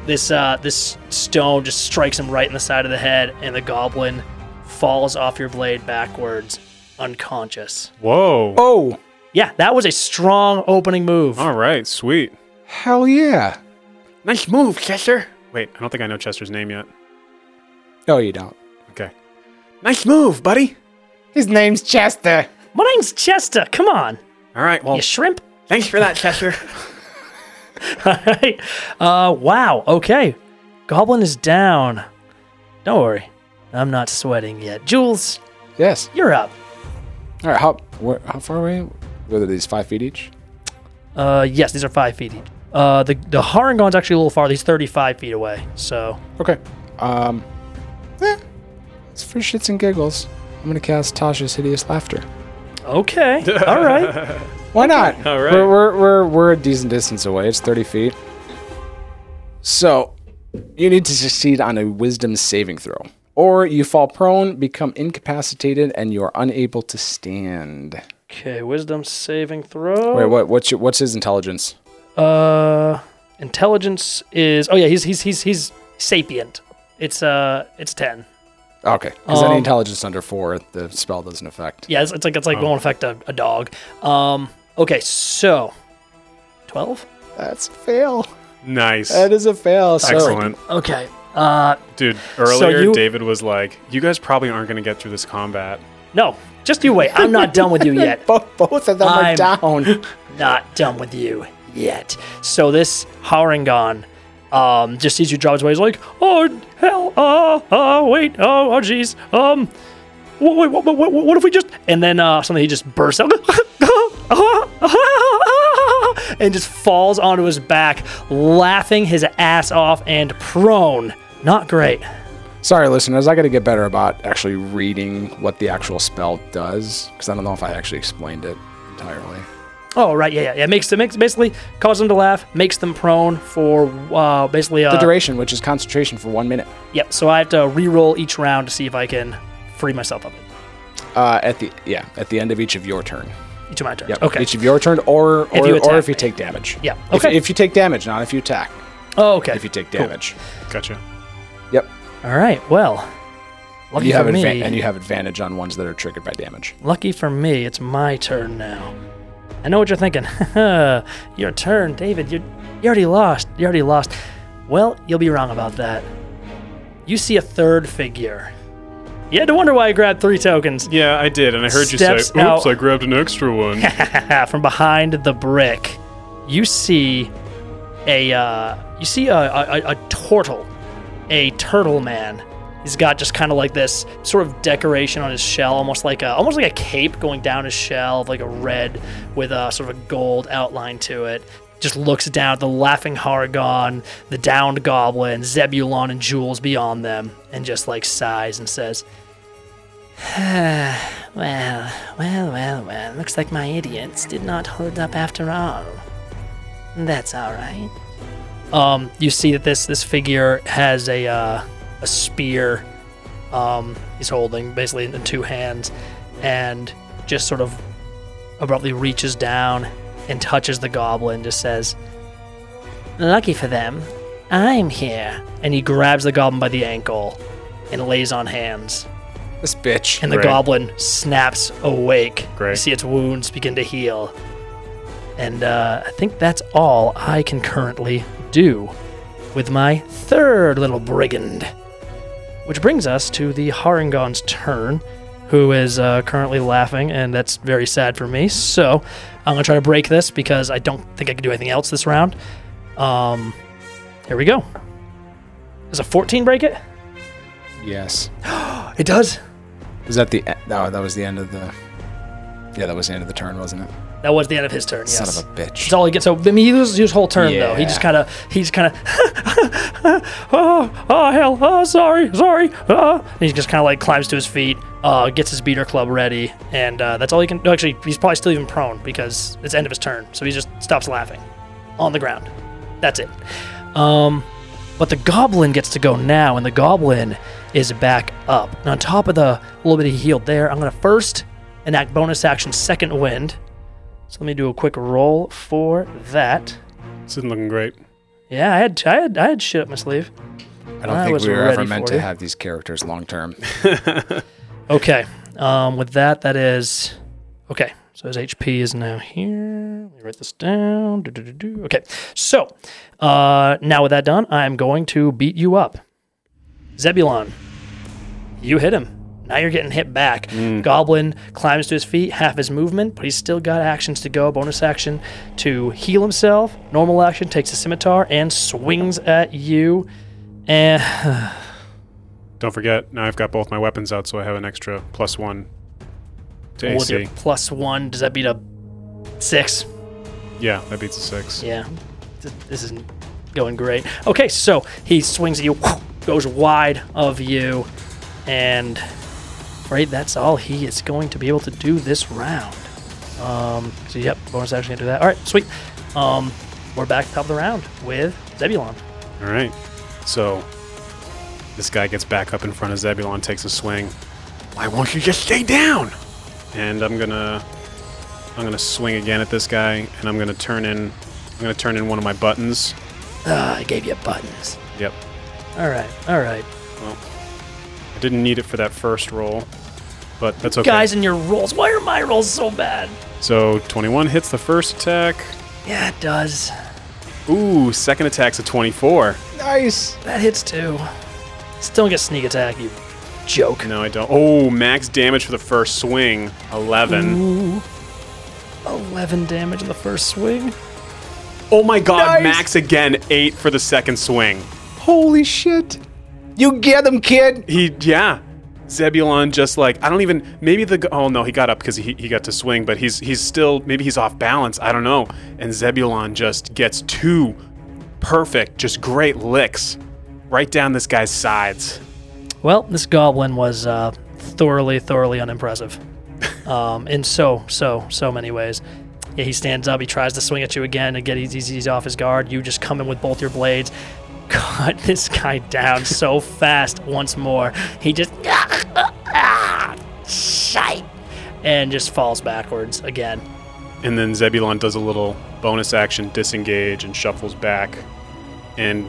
[SPEAKER 2] this uh, this stone just strikes him right in the side of the head, and the goblin falls off your blade backwards, unconscious.
[SPEAKER 1] Whoa.
[SPEAKER 3] Oh,
[SPEAKER 2] Yeah, that was a strong opening move.
[SPEAKER 1] All right. Sweet.
[SPEAKER 3] hell yeah.
[SPEAKER 4] Nice move, Chester.
[SPEAKER 1] Wait, I don't think I know Chester's name yet.
[SPEAKER 3] No, you don't.
[SPEAKER 1] Okay.
[SPEAKER 4] Nice move, buddy.
[SPEAKER 3] His name's Chester.
[SPEAKER 2] My name's Chester. Come on,
[SPEAKER 4] All right, well,
[SPEAKER 2] you shrimp.
[SPEAKER 4] thanks for that, Chester.
[SPEAKER 2] All right. Uh, wow. Okay. Goblin is down. Don't worry. I'm not sweating yet. Jules,
[SPEAKER 3] Yes.
[SPEAKER 2] you're up.
[SPEAKER 3] All right. How where, how far away? What are these? Five feet each.
[SPEAKER 2] Uh, yes, these are five feet each. Uh, the the Harangon's actually a little farther. He's 35 feet away. So
[SPEAKER 3] Okay. Um. eh, it's for shits and giggles. I'm gonna cast Tasha's hideous laughter.
[SPEAKER 2] okay. All right.
[SPEAKER 3] Why not?
[SPEAKER 1] All right.
[SPEAKER 3] We're, we're we're we're a decent distance away. It's thirty feet. So, you need to succeed on a Wisdom saving throw, or you fall prone, become incapacitated, and you are unable to stand.
[SPEAKER 2] Okay. Wisdom saving throw.
[SPEAKER 3] Wait, what? What's your, what's his intelligence?
[SPEAKER 2] Uh, intelligence is. Oh yeah, he's he's he's he's sapient. It's uh, it's 10.
[SPEAKER 3] Okay, because
[SPEAKER 2] Um,
[SPEAKER 3] any intelligence under four, the spell doesn't affect.
[SPEAKER 2] Yeah, it's, it's like it's like won't affect a, a dog. Um. Okay. So, 12.
[SPEAKER 3] That's a fail.
[SPEAKER 1] Nice.
[SPEAKER 3] That is a fail. So,
[SPEAKER 1] Excellent.
[SPEAKER 2] Okay. Uh,
[SPEAKER 1] Dude, earlier
[SPEAKER 2] you-
[SPEAKER 1] David was like, you guys probably aren't going to get through this combat.
[SPEAKER 2] no, just you wait. I'm not done with you yet.
[SPEAKER 3] Both, both of them
[SPEAKER 2] I'm-
[SPEAKER 3] are down.
[SPEAKER 2] Not done with you yet. So this Harangon, um, just sees you drop his way. He's like, oh hell, uh, uh, wait, oh, oh, jeez, um, wait, wait, what, what, what if we just? And then uh, suddenly he just bursts out. And just falls onto his back, laughing his ass off and prone. Not great.
[SPEAKER 3] Sorry, listeners. I got to get better about actually reading what the actual spell does because I don't know if I actually explained it entirely.
[SPEAKER 2] Oh right, yeah, yeah. yeah. It makes it makes basically causes them to laugh, makes them prone for uh, basically uh,
[SPEAKER 3] The duration, which is concentration for one minute.
[SPEAKER 2] Yep. So I have to re-roll each round to see if I can free myself of it.
[SPEAKER 3] Uh, at the yeah, at the end of each of your turn.
[SPEAKER 2] Each of my turns.
[SPEAKER 3] Yep.
[SPEAKER 2] Okay.
[SPEAKER 3] Each of your turn, or or or
[SPEAKER 2] you
[SPEAKER 3] if you,
[SPEAKER 2] attack me.
[SPEAKER 3] take damage.
[SPEAKER 2] Yeah,
[SPEAKER 3] If-
[SPEAKER 2] okay.
[SPEAKER 3] If, you take damage, not if you attack.
[SPEAKER 2] oh, okay.
[SPEAKER 3] If you take
[SPEAKER 2] Cool.
[SPEAKER 3] damage.
[SPEAKER 1] Gotcha.
[SPEAKER 3] Yep.
[SPEAKER 2] All right. Well, lucky
[SPEAKER 3] You have
[SPEAKER 2] for me.
[SPEAKER 3] advan- and you have advantage on ones that are triggered by damage.
[SPEAKER 2] lucky for me, it's my turn now. I know what you're thinking. your turn, David. You you already lost. You already lost. Well, you'll be wrong about that. You see a third figure. You had to wonder why I grabbed three tokens.
[SPEAKER 1] Yeah, I did. And I heard
[SPEAKER 2] Steps
[SPEAKER 1] you say, oops,
[SPEAKER 2] out.
[SPEAKER 1] I grabbed an extra one.
[SPEAKER 2] from behind the brick, you see a uh, you see a, a, a- a turtle, a turtle man. He's got just kind of like this sort of decoration on his shell, almost like a almost like a cape going down his shell, of like a red with a sort of a gold outline to it. Just looks down at the laughing Haragon, the downed goblin, Zebulon and Jules beyond them, and just like sighs and says, well, well, well, well. Looks like my idiots did not hold up after all. That's all right. Um, you see that this this figure has a uh, a spear. Um, he's holding basically in two hands, and just sort of abruptly reaches down and touches the goblin. Just says, "Lucky for them, I'm here." And he grabs the goblin by the ankle and lays on hands
[SPEAKER 3] This bitch.
[SPEAKER 2] and the
[SPEAKER 1] Great.
[SPEAKER 2] goblin snaps awake.
[SPEAKER 1] Great.
[SPEAKER 2] You see its wounds begin to heal. And uh, I think that's all I can currently do with my third little brigand. Which brings us to the Harangon's turn, who is uh, currently laughing, and that's very sad for me. So I'm going to try to break this because I don't think I can do anything else this round. Um, here we go. Does a 14 break it?
[SPEAKER 3] yes.
[SPEAKER 2] It does.
[SPEAKER 3] Was that the? e- No, that was the end of the. Yeah, that was the end of the turn, wasn't it?
[SPEAKER 2] That was the end of his turn.
[SPEAKER 3] Son
[SPEAKER 2] yes.
[SPEAKER 3] of a bitch.
[SPEAKER 2] That's all he gets. So I mean, he loses his whole turn though. He just
[SPEAKER 3] Yeah.
[SPEAKER 2] kind of he's kind of oh, oh hell oh sorry sorry oh. And he just kind of like climbs to his feet, uh, gets his beater club ready, and uh, that's all he can. No, actually, he's probably still even prone because it's the end of his turn. So he just stops laughing on the ground. That's it. Um, but the goblin gets to go now, and the goblin is back up. And on top of the little bit he healed there, I'm gonna first enact bonus action second wind. So let me do a quick roll for that.
[SPEAKER 1] This isn't looking great.
[SPEAKER 2] Yeah, I had I had I had shit up my sleeve.
[SPEAKER 3] I don't
[SPEAKER 2] I
[SPEAKER 3] think
[SPEAKER 2] was
[SPEAKER 3] we were
[SPEAKER 2] ready
[SPEAKER 3] ever
[SPEAKER 2] for
[SPEAKER 3] meant
[SPEAKER 2] you.
[SPEAKER 3] to have these characters long term.
[SPEAKER 2] Okay. Um, with that, that is okay. So his HP is now here. Let me write this down. Do-do-do-do. Okay. So uh, now with that done, I'm going to beat you up, Zebulon. You hit him. Now you're getting hit back. Goblin climbs to his feet, half his movement, but he's still got actions to go. Bonus action to heal himself. Normal action takes a scimitar and swings at you. And
[SPEAKER 1] Don't forget, now I've got both my weapons out, so I have an extra plus one to
[SPEAKER 2] with your
[SPEAKER 1] AC.
[SPEAKER 2] plus one, does that beat a six?
[SPEAKER 1] Yeah, that beats a six.
[SPEAKER 2] Yeah, Th- this isn't going great. Okay, so he swings at you, goes wide of you, and right, that's all he is going to be able to do this round. Um, so yep, bonus action gonna do that. All right, sweet. Um, we're back top of the round with Zebulon.
[SPEAKER 1] All right. So this guy gets back up in front of Zebulon, takes a swing,
[SPEAKER 4] Why won't you just stay down?
[SPEAKER 1] and I'm gonna I'm gonna swing again at this guy, and I'm gonna turn in I'm gonna turn in one of my buttons.
[SPEAKER 2] Ah, I gave you buttons.
[SPEAKER 1] Yep.
[SPEAKER 2] All right, all right,
[SPEAKER 1] I didn't need it for that first roll, but that's okay.
[SPEAKER 2] guys, and your rolls. Why are my rolls so bad?
[SPEAKER 1] So 21 hits the first attack.
[SPEAKER 2] Yeah, it does.
[SPEAKER 1] Ooh, second attack's a 24.
[SPEAKER 3] Nice.
[SPEAKER 2] That hits too. Still get sneak attack, you joke.
[SPEAKER 1] No, I don't. Oh, max damage for the first swing, 11.
[SPEAKER 2] 11 damage on the first swing.
[SPEAKER 1] Oh my god, max again, 8 for the second swing.
[SPEAKER 3] Holy shit. You get him, kid.
[SPEAKER 1] He, yeah. Zebulon just like I don't even maybe the g- oh no he got up because he, he got to swing but he's he's still maybe he's off balance I don't know and Zebulon just gets two perfect just great licks right down this guy's sides
[SPEAKER 2] Well, this goblin was uh, thoroughly, thoroughly unimpressive. Um, in so, so, so many ways. Yeah, he stands up. He tries to swing at you again. Again, he's, he's, he's off his guard. You just come in with both your blades. Cut this guy down so fast once more. He just. Shite! And just falls backwards again.
[SPEAKER 1] and then Zebulon does a little bonus action disengage and shuffles back and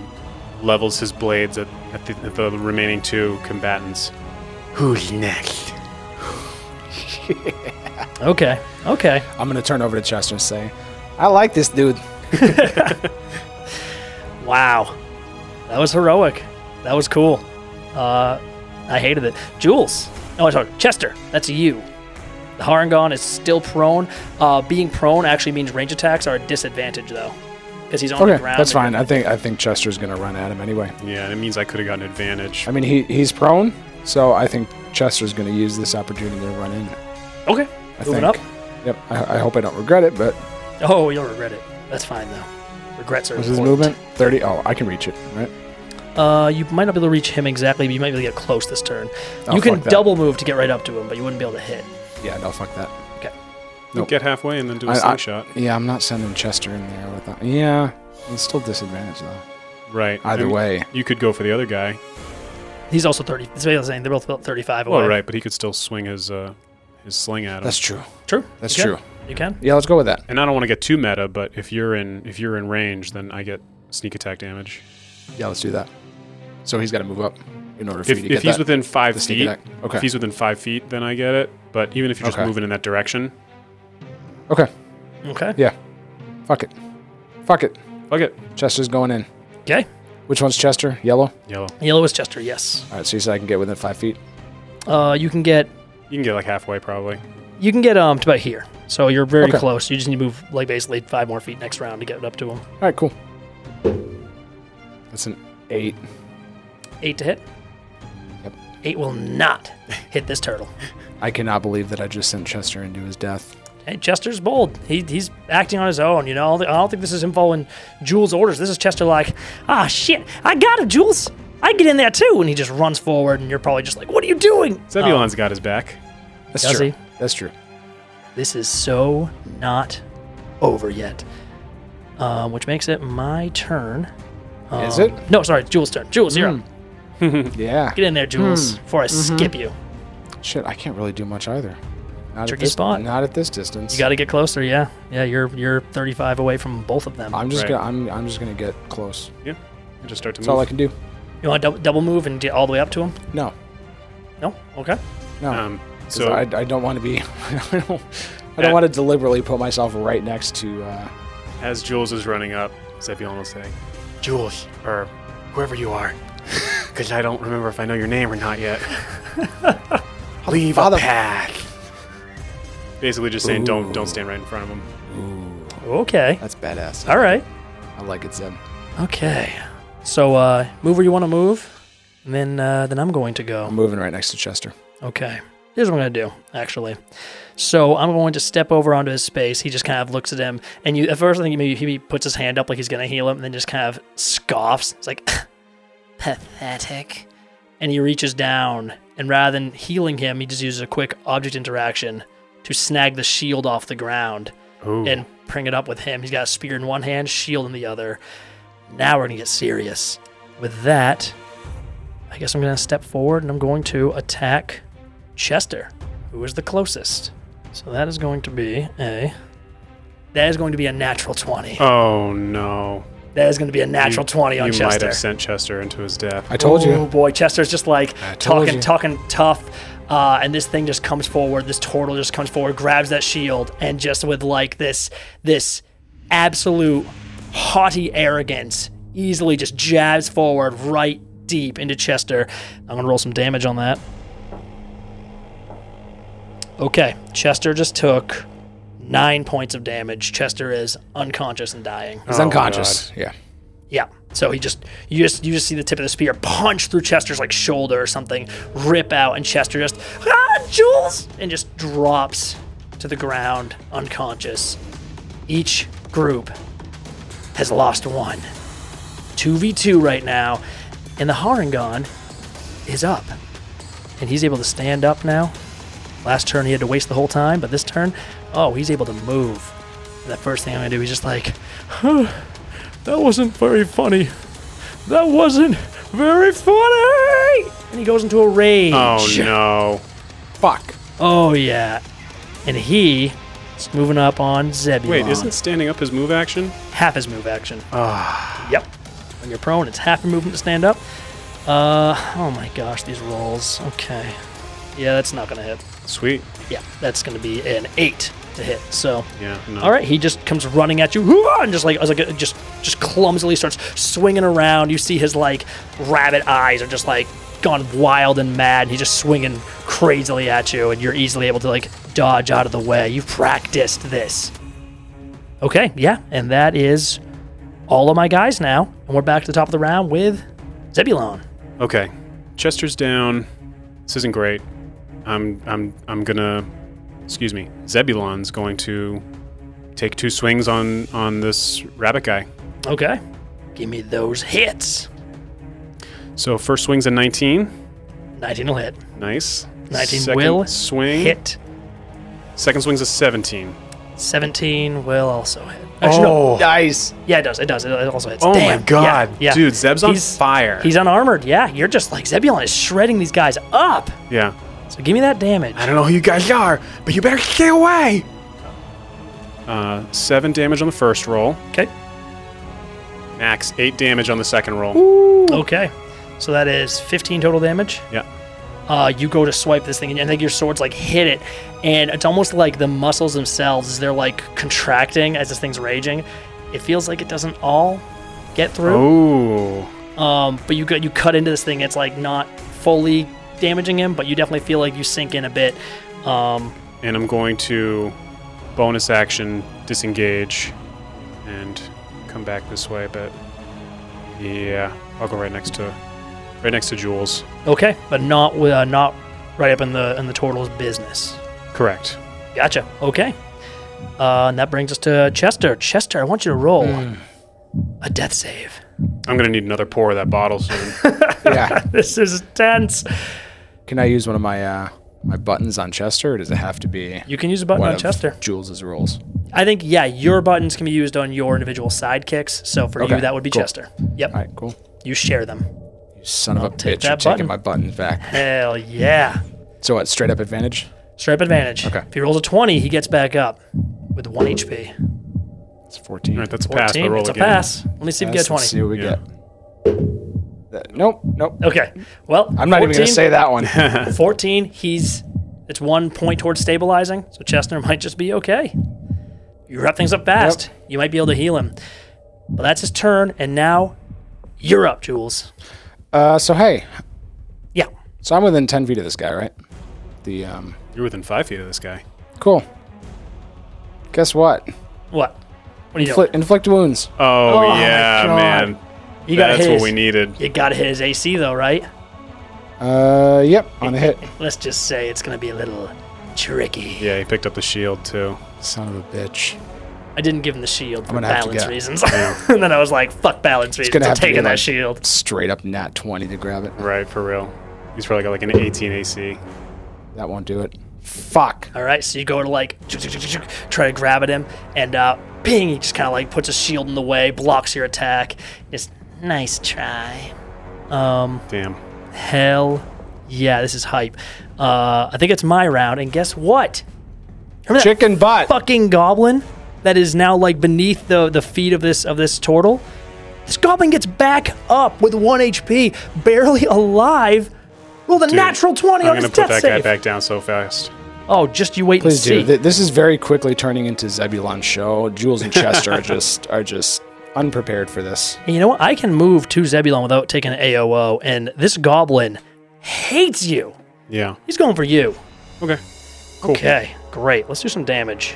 [SPEAKER 1] levels his blades at, at, the, at the remaining two combatants
[SPEAKER 4] Who's next?
[SPEAKER 2] Okay, okay.
[SPEAKER 3] I'm gonna turn over to Chester and say, I like this dude.
[SPEAKER 2] Wow. That was heroic. That was cool. Uh, I hated it. Jules. Oh, sorry. Chester, that's you. The Harangon is still prone. Uh, being prone actually means range attacks are a disadvantage, though, because he's on
[SPEAKER 3] Okay,
[SPEAKER 2] the ground.
[SPEAKER 3] that's fine. I think I think Chester's gonna run at him anyway.
[SPEAKER 1] yeah and it means I could have gotten advantage
[SPEAKER 3] I mean, he he's prone, so I think Chester's gonna use this opportunity to run in.
[SPEAKER 2] Okay.
[SPEAKER 3] I
[SPEAKER 2] Moving
[SPEAKER 3] think.
[SPEAKER 2] up.
[SPEAKER 3] Yep. I, I hope I don't regret it, but
[SPEAKER 2] Oh, you'll regret it. That's fine, though. Regrets are
[SPEAKER 3] was his
[SPEAKER 2] important.
[SPEAKER 3] movement 30? Oh, I can reach it, right?
[SPEAKER 2] Uh, you might not be able to reach him exactly, but you might be able to get close this turn.
[SPEAKER 3] Oh,
[SPEAKER 2] you can
[SPEAKER 3] fuck that.
[SPEAKER 2] double move to get right up to him, but you wouldn't be able to hit.
[SPEAKER 3] Yeah. No, fuck that. nope.
[SPEAKER 1] get halfway and then do a
[SPEAKER 3] I- I-
[SPEAKER 1] slingshot
[SPEAKER 3] Yeah, I'm not sending Chester in there with that. Yeah, it's still disadvantage though.
[SPEAKER 1] right I
[SPEAKER 3] Either
[SPEAKER 1] mean,
[SPEAKER 3] way,
[SPEAKER 1] you could go for the other guy
[SPEAKER 2] He's also 30. That's what I was saying. They're both about 35
[SPEAKER 3] Oh,
[SPEAKER 2] away.
[SPEAKER 1] Well, right, but he could still swing his uh, his sling at him.
[SPEAKER 3] that's true.
[SPEAKER 2] True.
[SPEAKER 3] That's
[SPEAKER 2] You can.
[SPEAKER 3] true.
[SPEAKER 2] You can.
[SPEAKER 3] Yeah, let's go with that.
[SPEAKER 1] and I don't want to get too meta, but if you're in if you're in range, then I get sneak attack damage.
[SPEAKER 3] Yeah, let's do that. So he's got to move up in order for
[SPEAKER 1] If,
[SPEAKER 3] you to
[SPEAKER 1] if
[SPEAKER 3] get
[SPEAKER 1] he's
[SPEAKER 3] that.
[SPEAKER 1] within five
[SPEAKER 3] the sneak
[SPEAKER 1] feet,
[SPEAKER 3] attack. Okay.
[SPEAKER 1] if he's within five feet, then I get it. But even if you're just
[SPEAKER 3] Okay.
[SPEAKER 1] moving in that direction,
[SPEAKER 3] okay,
[SPEAKER 2] Okay.
[SPEAKER 3] yeah. Fuck it. Fuck it.
[SPEAKER 1] fuck it,
[SPEAKER 3] Chester's going in.
[SPEAKER 2] Okay.
[SPEAKER 3] Which one's Chester? Yellow.
[SPEAKER 1] yellow.
[SPEAKER 2] Yellow is Chester, yes.
[SPEAKER 3] All right, so you said I can get within five feet.
[SPEAKER 2] Uh, you can get
[SPEAKER 1] You can get like halfway probably.
[SPEAKER 2] you can get um to about here. So you're very
[SPEAKER 3] Okay.
[SPEAKER 2] close. You just need to move like basically five more feet next round to get up to him.
[SPEAKER 3] All right, cool. That's an eight.
[SPEAKER 2] Eight to hit.
[SPEAKER 3] Yep.
[SPEAKER 2] Eight will not hit this turtle.
[SPEAKER 3] I cannot believe that I just sent Chester into his death.
[SPEAKER 2] Hey, Chester's bold. He, he's acting on his own. You know, I don't thi- I don't think this is him following Jules' orders. This is Chester like, ah, shit, I got him, Jules. I get in there too, and he just runs forward, and you're probably just like, what are you doing?
[SPEAKER 1] Zebulon's got his back.
[SPEAKER 3] That's
[SPEAKER 2] Does
[SPEAKER 3] true.
[SPEAKER 2] he?
[SPEAKER 3] That's true.
[SPEAKER 2] Um, This is so not over yet. Um, which makes it my turn.
[SPEAKER 3] Is it?
[SPEAKER 2] No, sorry, Jules' turn. Jules, you're up.
[SPEAKER 3] Yeah.
[SPEAKER 2] Get in there, Jules, before I skip you.
[SPEAKER 3] Shit, I can't really do much either. Not
[SPEAKER 2] Tricky
[SPEAKER 3] at this,
[SPEAKER 2] spot.
[SPEAKER 3] Not at this distance.
[SPEAKER 2] You got to get closer, yeah. Yeah, you're you're 35 away from both of them.
[SPEAKER 3] I'm just
[SPEAKER 1] Right.
[SPEAKER 3] gonna. I'm. I'm just gonna get close.
[SPEAKER 1] Yeah, and just start to
[SPEAKER 3] That's all I
[SPEAKER 1] move.
[SPEAKER 3] can do.
[SPEAKER 2] You want to double move and get all the way up to him?
[SPEAKER 3] No.
[SPEAKER 2] No? Okay.
[SPEAKER 3] No.
[SPEAKER 1] Um,
[SPEAKER 3] 'Cause
[SPEAKER 1] so
[SPEAKER 3] I, I don't want to be. I don't, I don't
[SPEAKER 1] Yeah.
[SPEAKER 3] want to deliberately put myself right next to. Uh,
[SPEAKER 1] as Jules is running up, Zephion will say,
[SPEAKER 4] Jules,
[SPEAKER 1] or
[SPEAKER 4] whoever you are,
[SPEAKER 1] because I don't remember if I know your name or not yet.
[SPEAKER 4] leave
[SPEAKER 3] father-
[SPEAKER 4] a pack.
[SPEAKER 1] Basically, just saying, don't don't stand right in front of him.
[SPEAKER 2] Okay.
[SPEAKER 3] that's badass.
[SPEAKER 2] All right.
[SPEAKER 3] I like it, Zeb.
[SPEAKER 2] Okay. So uh, move where you want to move, and then uh, then I'm going to
[SPEAKER 3] I'm
[SPEAKER 2] go.
[SPEAKER 3] moving right next to Chester.
[SPEAKER 2] Okay. Here's what I'm going to do, actually. So I'm going to step over onto his space. He just kind of looks at him, and you at first I think maybe he puts his hand up like he's going to heal him, and then just kind of scoffs. It's like pathetic. And he reaches down, and rather than healing him, he just uses a quick object interaction to snag the shield off the ground and bring it up with him. He's got a spear in one hand, shield in the other. Now we're gonna get serious. With that, I guess I'm gonna step forward and I'm going to attack Chester, who is the closest. So that is going to be a that is going to be a natural twenty.
[SPEAKER 1] Oh no!
[SPEAKER 2] that is going to be a natural twenty on
[SPEAKER 1] you
[SPEAKER 2] Chester.
[SPEAKER 1] might have sent Chester into his death.
[SPEAKER 3] I told
[SPEAKER 2] Oh
[SPEAKER 3] you.
[SPEAKER 2] boy, Chester's just like
[SPEAKER 3] told
[SPEAKER 2] talking,
[SPEAKER 3] you.
[SPEAKER 2] talking tough, uh, and this thing just comes forward. This turtle just comes forward, grabs that shield, and just with like this, this absolute haughty arrogance, easily just jabs forward right deep into Chester. I'm gonna roll some damage on that. Okay, Chester just took nine points of damage. Chester is unconscious and dying.
[SPEAKER 3] He's
[SPEAKER 1] Oh,
[SPEAKER 3] unconscious. Yeah.
[SPEAKER 2] Yeah. So he just you just you just see the tip of the spear punch through Chester's like shoulder or something, rip out, and Chester just ah Jules and just drops to the ground unconscious. Each group has lost one. 2v2 right now, and the Harangon is up. And he's able to stand up now. Last turn he had to waste the whole time, but this turn, oh, he's able to move. And the first thing I'm gonna do is just like that wasn't very funny. That wasn't very funny. And he goes into a rage.
[SPEAKER 1] Oh no!
[SPEAKER 3] Fuck.
[SPEAKER 2] Oh, yeah. And he is moving up on Zebulon.
[SPEAKER 1] Wait, isn't standing up his move action?
[SPEAKER 2] half his move action? Yep. When you're prone, it's half your movement to stand up. Uh, oh my gosh, these rolls. Okay. Yeah, that's not gonna hit.
[SPEAKER 1] Sweet.
[SPEAKER 2] Yeah, that's gonna be an eight to hit. So
[SPEAKER 1] Yeah. No.
[SPEAKER 2] All right, he just comes running at you, "Hoo-ah!" and just like, I was like, just, just clumsily starts swinging around. You see his like rabbit eyes are just like gone wild and mad. And he's just swinging crazily at you, and you're easily able to like dodge out of the way. You practiced this. Okay, yeah, and that is all of my guys now, and we're back to the top of the round with Zebulon.
[SPEAKER 1] Okay. Chester's down. This isn't great. I'm I'm I'm gonna excuse me. Zebulon's going to take two swings on on this rabbit guy.
[SPEAKER 2] Okay, give me those hits.
[SPEAKER 1] So first swing's a 19.
[SPEAKER 2] 19 will hit.
[SPEAKER 1] Nice.
[SPEAKER 2] 19
[SPEAKER 1] Second
[SPEAKER 2] will
[SPEAKER 1] swing.
[SPEAKER 2] Hit.
[SPEAKER 1] Second swing's a 17.
[SPEAKER 2] 17 will also hit. Actually, no,
[SPEAKER 4] Nice.
[SPEAKER 2] Yeah, it does. It does. It also hits.
[SPEAKER 1] Oh my
[SPEAKER 2] Damn.
[SPEAKER 1] God.
[SPEAKER 2] Yeah, yeah.
[SPEAKER 1] Dude, Zeb's on fire.
[SPEAKER 2] He's unarmored. Yeah, you're just like Zebulon is shredding these guys up.
[SPEAKER 1] Yeah.
[SPEAKER 2] So give me that damage.
[SPEAKER 4] I don't know who you guys are, but you better stay away.
[SPEAKER 1] Uh, seven damage on the first roll.
[SPEAKER 2] Okay.
[SPEAKER 1] Max eight damage on the second roll.
[SPEAKER 2] Okay. So that is 15 total damage.
[SPEAKER 1] Yeah.
[SPEAKER 2] Uh, you go to swipe this thing, and I think your swords like hit it, and it's almost like the muscles themselves they're like contracting as this thing's raging. It feels like it doesn't all get through.
[SPEAKER 1] Oh.
[SPEAKER 2] Um, but you got you cut into this thing. It's like not fully damaging him, but you definitely feel like you sink in a bit. Um,
[SPEAKER 1] and I'm going to bonus action disengage and come back this way. But yeah, I'll go right next to right next to Jules.
[SPEAKER 2] okay, but not wi- uh, not right up in the in the turtle's business.
[SPEAKER 1] Correct.
[SPEAKER 2] Gotcha. Okay, uh, and that brings us to Chester. Chester, I want you to roll a death save.
[SPEAKER 1] I'm gonna need another pour of that bottle soon.
[SPEAKER 3] Yeah.
[SPEAKER 2] This is tense.
[SPEAKER 3] Can I use one of my uh, my buttons on Chester, or does it have to be
[SPEAKER 2] You can use a button
[SPEAKER 3] one
[SPEAKER 2] on
[SPEAKER 3] of
[SPEAKER 2] Chester.
[SPEAKER 3] Jules's rules?
[SPEAKER 2] I think yeah, your buttons can be used on your individual sidekicks. So for you,
[SPEAKER 3] Okay,
[SPEAKER 2] that would be
[SPEAKER 3] cool.
[SPEAKER 2] Chester. Yep,
[SPEAKER 3] All right, cool.
[SPEAKER 2] you share them.
[SPEAKER 3] You son of a
[SPEAKER 2] take
[SPEAKER 3] bitch! You're
[SPEAKER 2] that button.
[SPEAKER 3] taking my buttons back.
[SPEAKER 2] Hell yeah.
[SPEAKER 3] So what? Straight up advantage.
[SPEAKER 2] Straight up advantage.
[SPEAKER 3] Okay.
[SPEAKER 2] If he rolls a 20, he gets back up with 1 HP.
[SPEAKER 3] It's fourteen.
[SPEAKER 1] All right, that's a pass. But
[SPEAKER 2] 14,
[SPEAKER 1] roll
[SPEAKER 2] it's a
[SPEAKER 1] again.
[SPEAKER 2] pass. Let me see if you
[SPEAKER 3] Let's
[SPEAKER 2] get 20.
[SPEAKER 3] see what we
[SPEAKER 1] Yeah.
[SPEAKER 3] get. That- nope, nope.
[SPEAKER 2] Okay. Well,
[SPEAKER 3] I'm not even going to say that one.
[SPEAKER 2] 14, he's it's one point towards stabilizing, so Chestner might just be okay. You wrap things up fast. You might be able to heal him. But that's his turn, and now you're up, Jules.
[SPEAKER 3] uh, so hey,
[SPEAKER 2] Yeah.
[SPEAKER 3] so I'm within ten feet of this guy, right? The um,
[SPEAKER 1] You're within five feet of this guy.
[SPEAKER 3] cool. Guess what?
[SPEAKER 2] What? What are you
[SPEAKER 3] Inflict,
[SPEAKER 2] doing?
[SPEAKER 3] inflict wounds.
[SPEAKER 1] Oh,
[SPEAKER 2] my
[SPEAKER 1] yeah,
[SPEAKER 2] God.
[SPEAKER 1] man.
[SPEAKER 2] You got
[SPEAKER 1] That's
[SPEAKER 2] his.
[SPEAKER 1] what we needed.
[SPEAKER 2] You got his AC though, right?
[SPEAKER 3] Uh, yep, on a hit.
[SPEAKER 2] Let's just say it's gonna be a little tricky.
[SPEAKER 1] Yeah, he picked up the shield too.
[SPEAKER 3] Son of a bitch.
[SPEAKER 2] I didn't give him the shield for
[SPEAKER 3] gonna have to
[SPEAKER 2] balance
[SPEAKER 3] get-
[SPEAKER 2] reasons, and then I was like, "Fuck balance reasons."
[SPEAKER 3] gonna
[SPEAKER 2] I'm
[SPEAKER 3] have to be
[SPEAKER 2] taking that
[SPEAKER 3] like-
[SPEAKER 2] shield.
[SPEAKER 3] Straight up nat twenty to grab it.
[SPEAKER 1] Right, for real. He's probably got like an 18 AC.
[SPEAKER 3] That won't do it. Fuck.
[SPEAKER 2] All right, so you go to like try to grab at him, and uh, ping, he just kind of like puts his shield in the way, blocks your attack. Just nice try.
[SPEAKER 1] Damn.
[SPEAKER 2] Hell yeah, this is hype. Uh, I think it's my round, and guess what? Remember that
[SPEAKER 3] Chicken butt.
[SPEAKER 2] fucking goblin that is now like beneath the the feet of this of this turtle. This goblin gets back up with one HP, barely alive. Rolled a natural 20
[SPEAKER 1] I'm
[SPEAKER 2] on
[SPEAKER 1] gonna
[SPEAKER 2] his
[SPEAKER 1] put
[SPEAKER 2] death
[SPEAKER 1] that guy
[SPEAKER 2] save.
[SPEAKER 1] back down so fast.
[SPEAKER 2] Oh, just you wait
[SPEAKER 3] Please
[SPEAKER 2] and see.
[SPEAKER 3] do. Th- This is very quickly turning into Zebulon show. Jules and Chester are just are just unprepared for this.
[SPEAKER 2] And you know what? I can move to Zebulon without taking an AOO, and this goblin hates you.
[SPEAKER 1] Yeah.
[SPEAKER 2] He's going for you.
[SPEAKER 1] Okay. Cool.
[SPEAKER 2] Okay, great. Let's do some damage.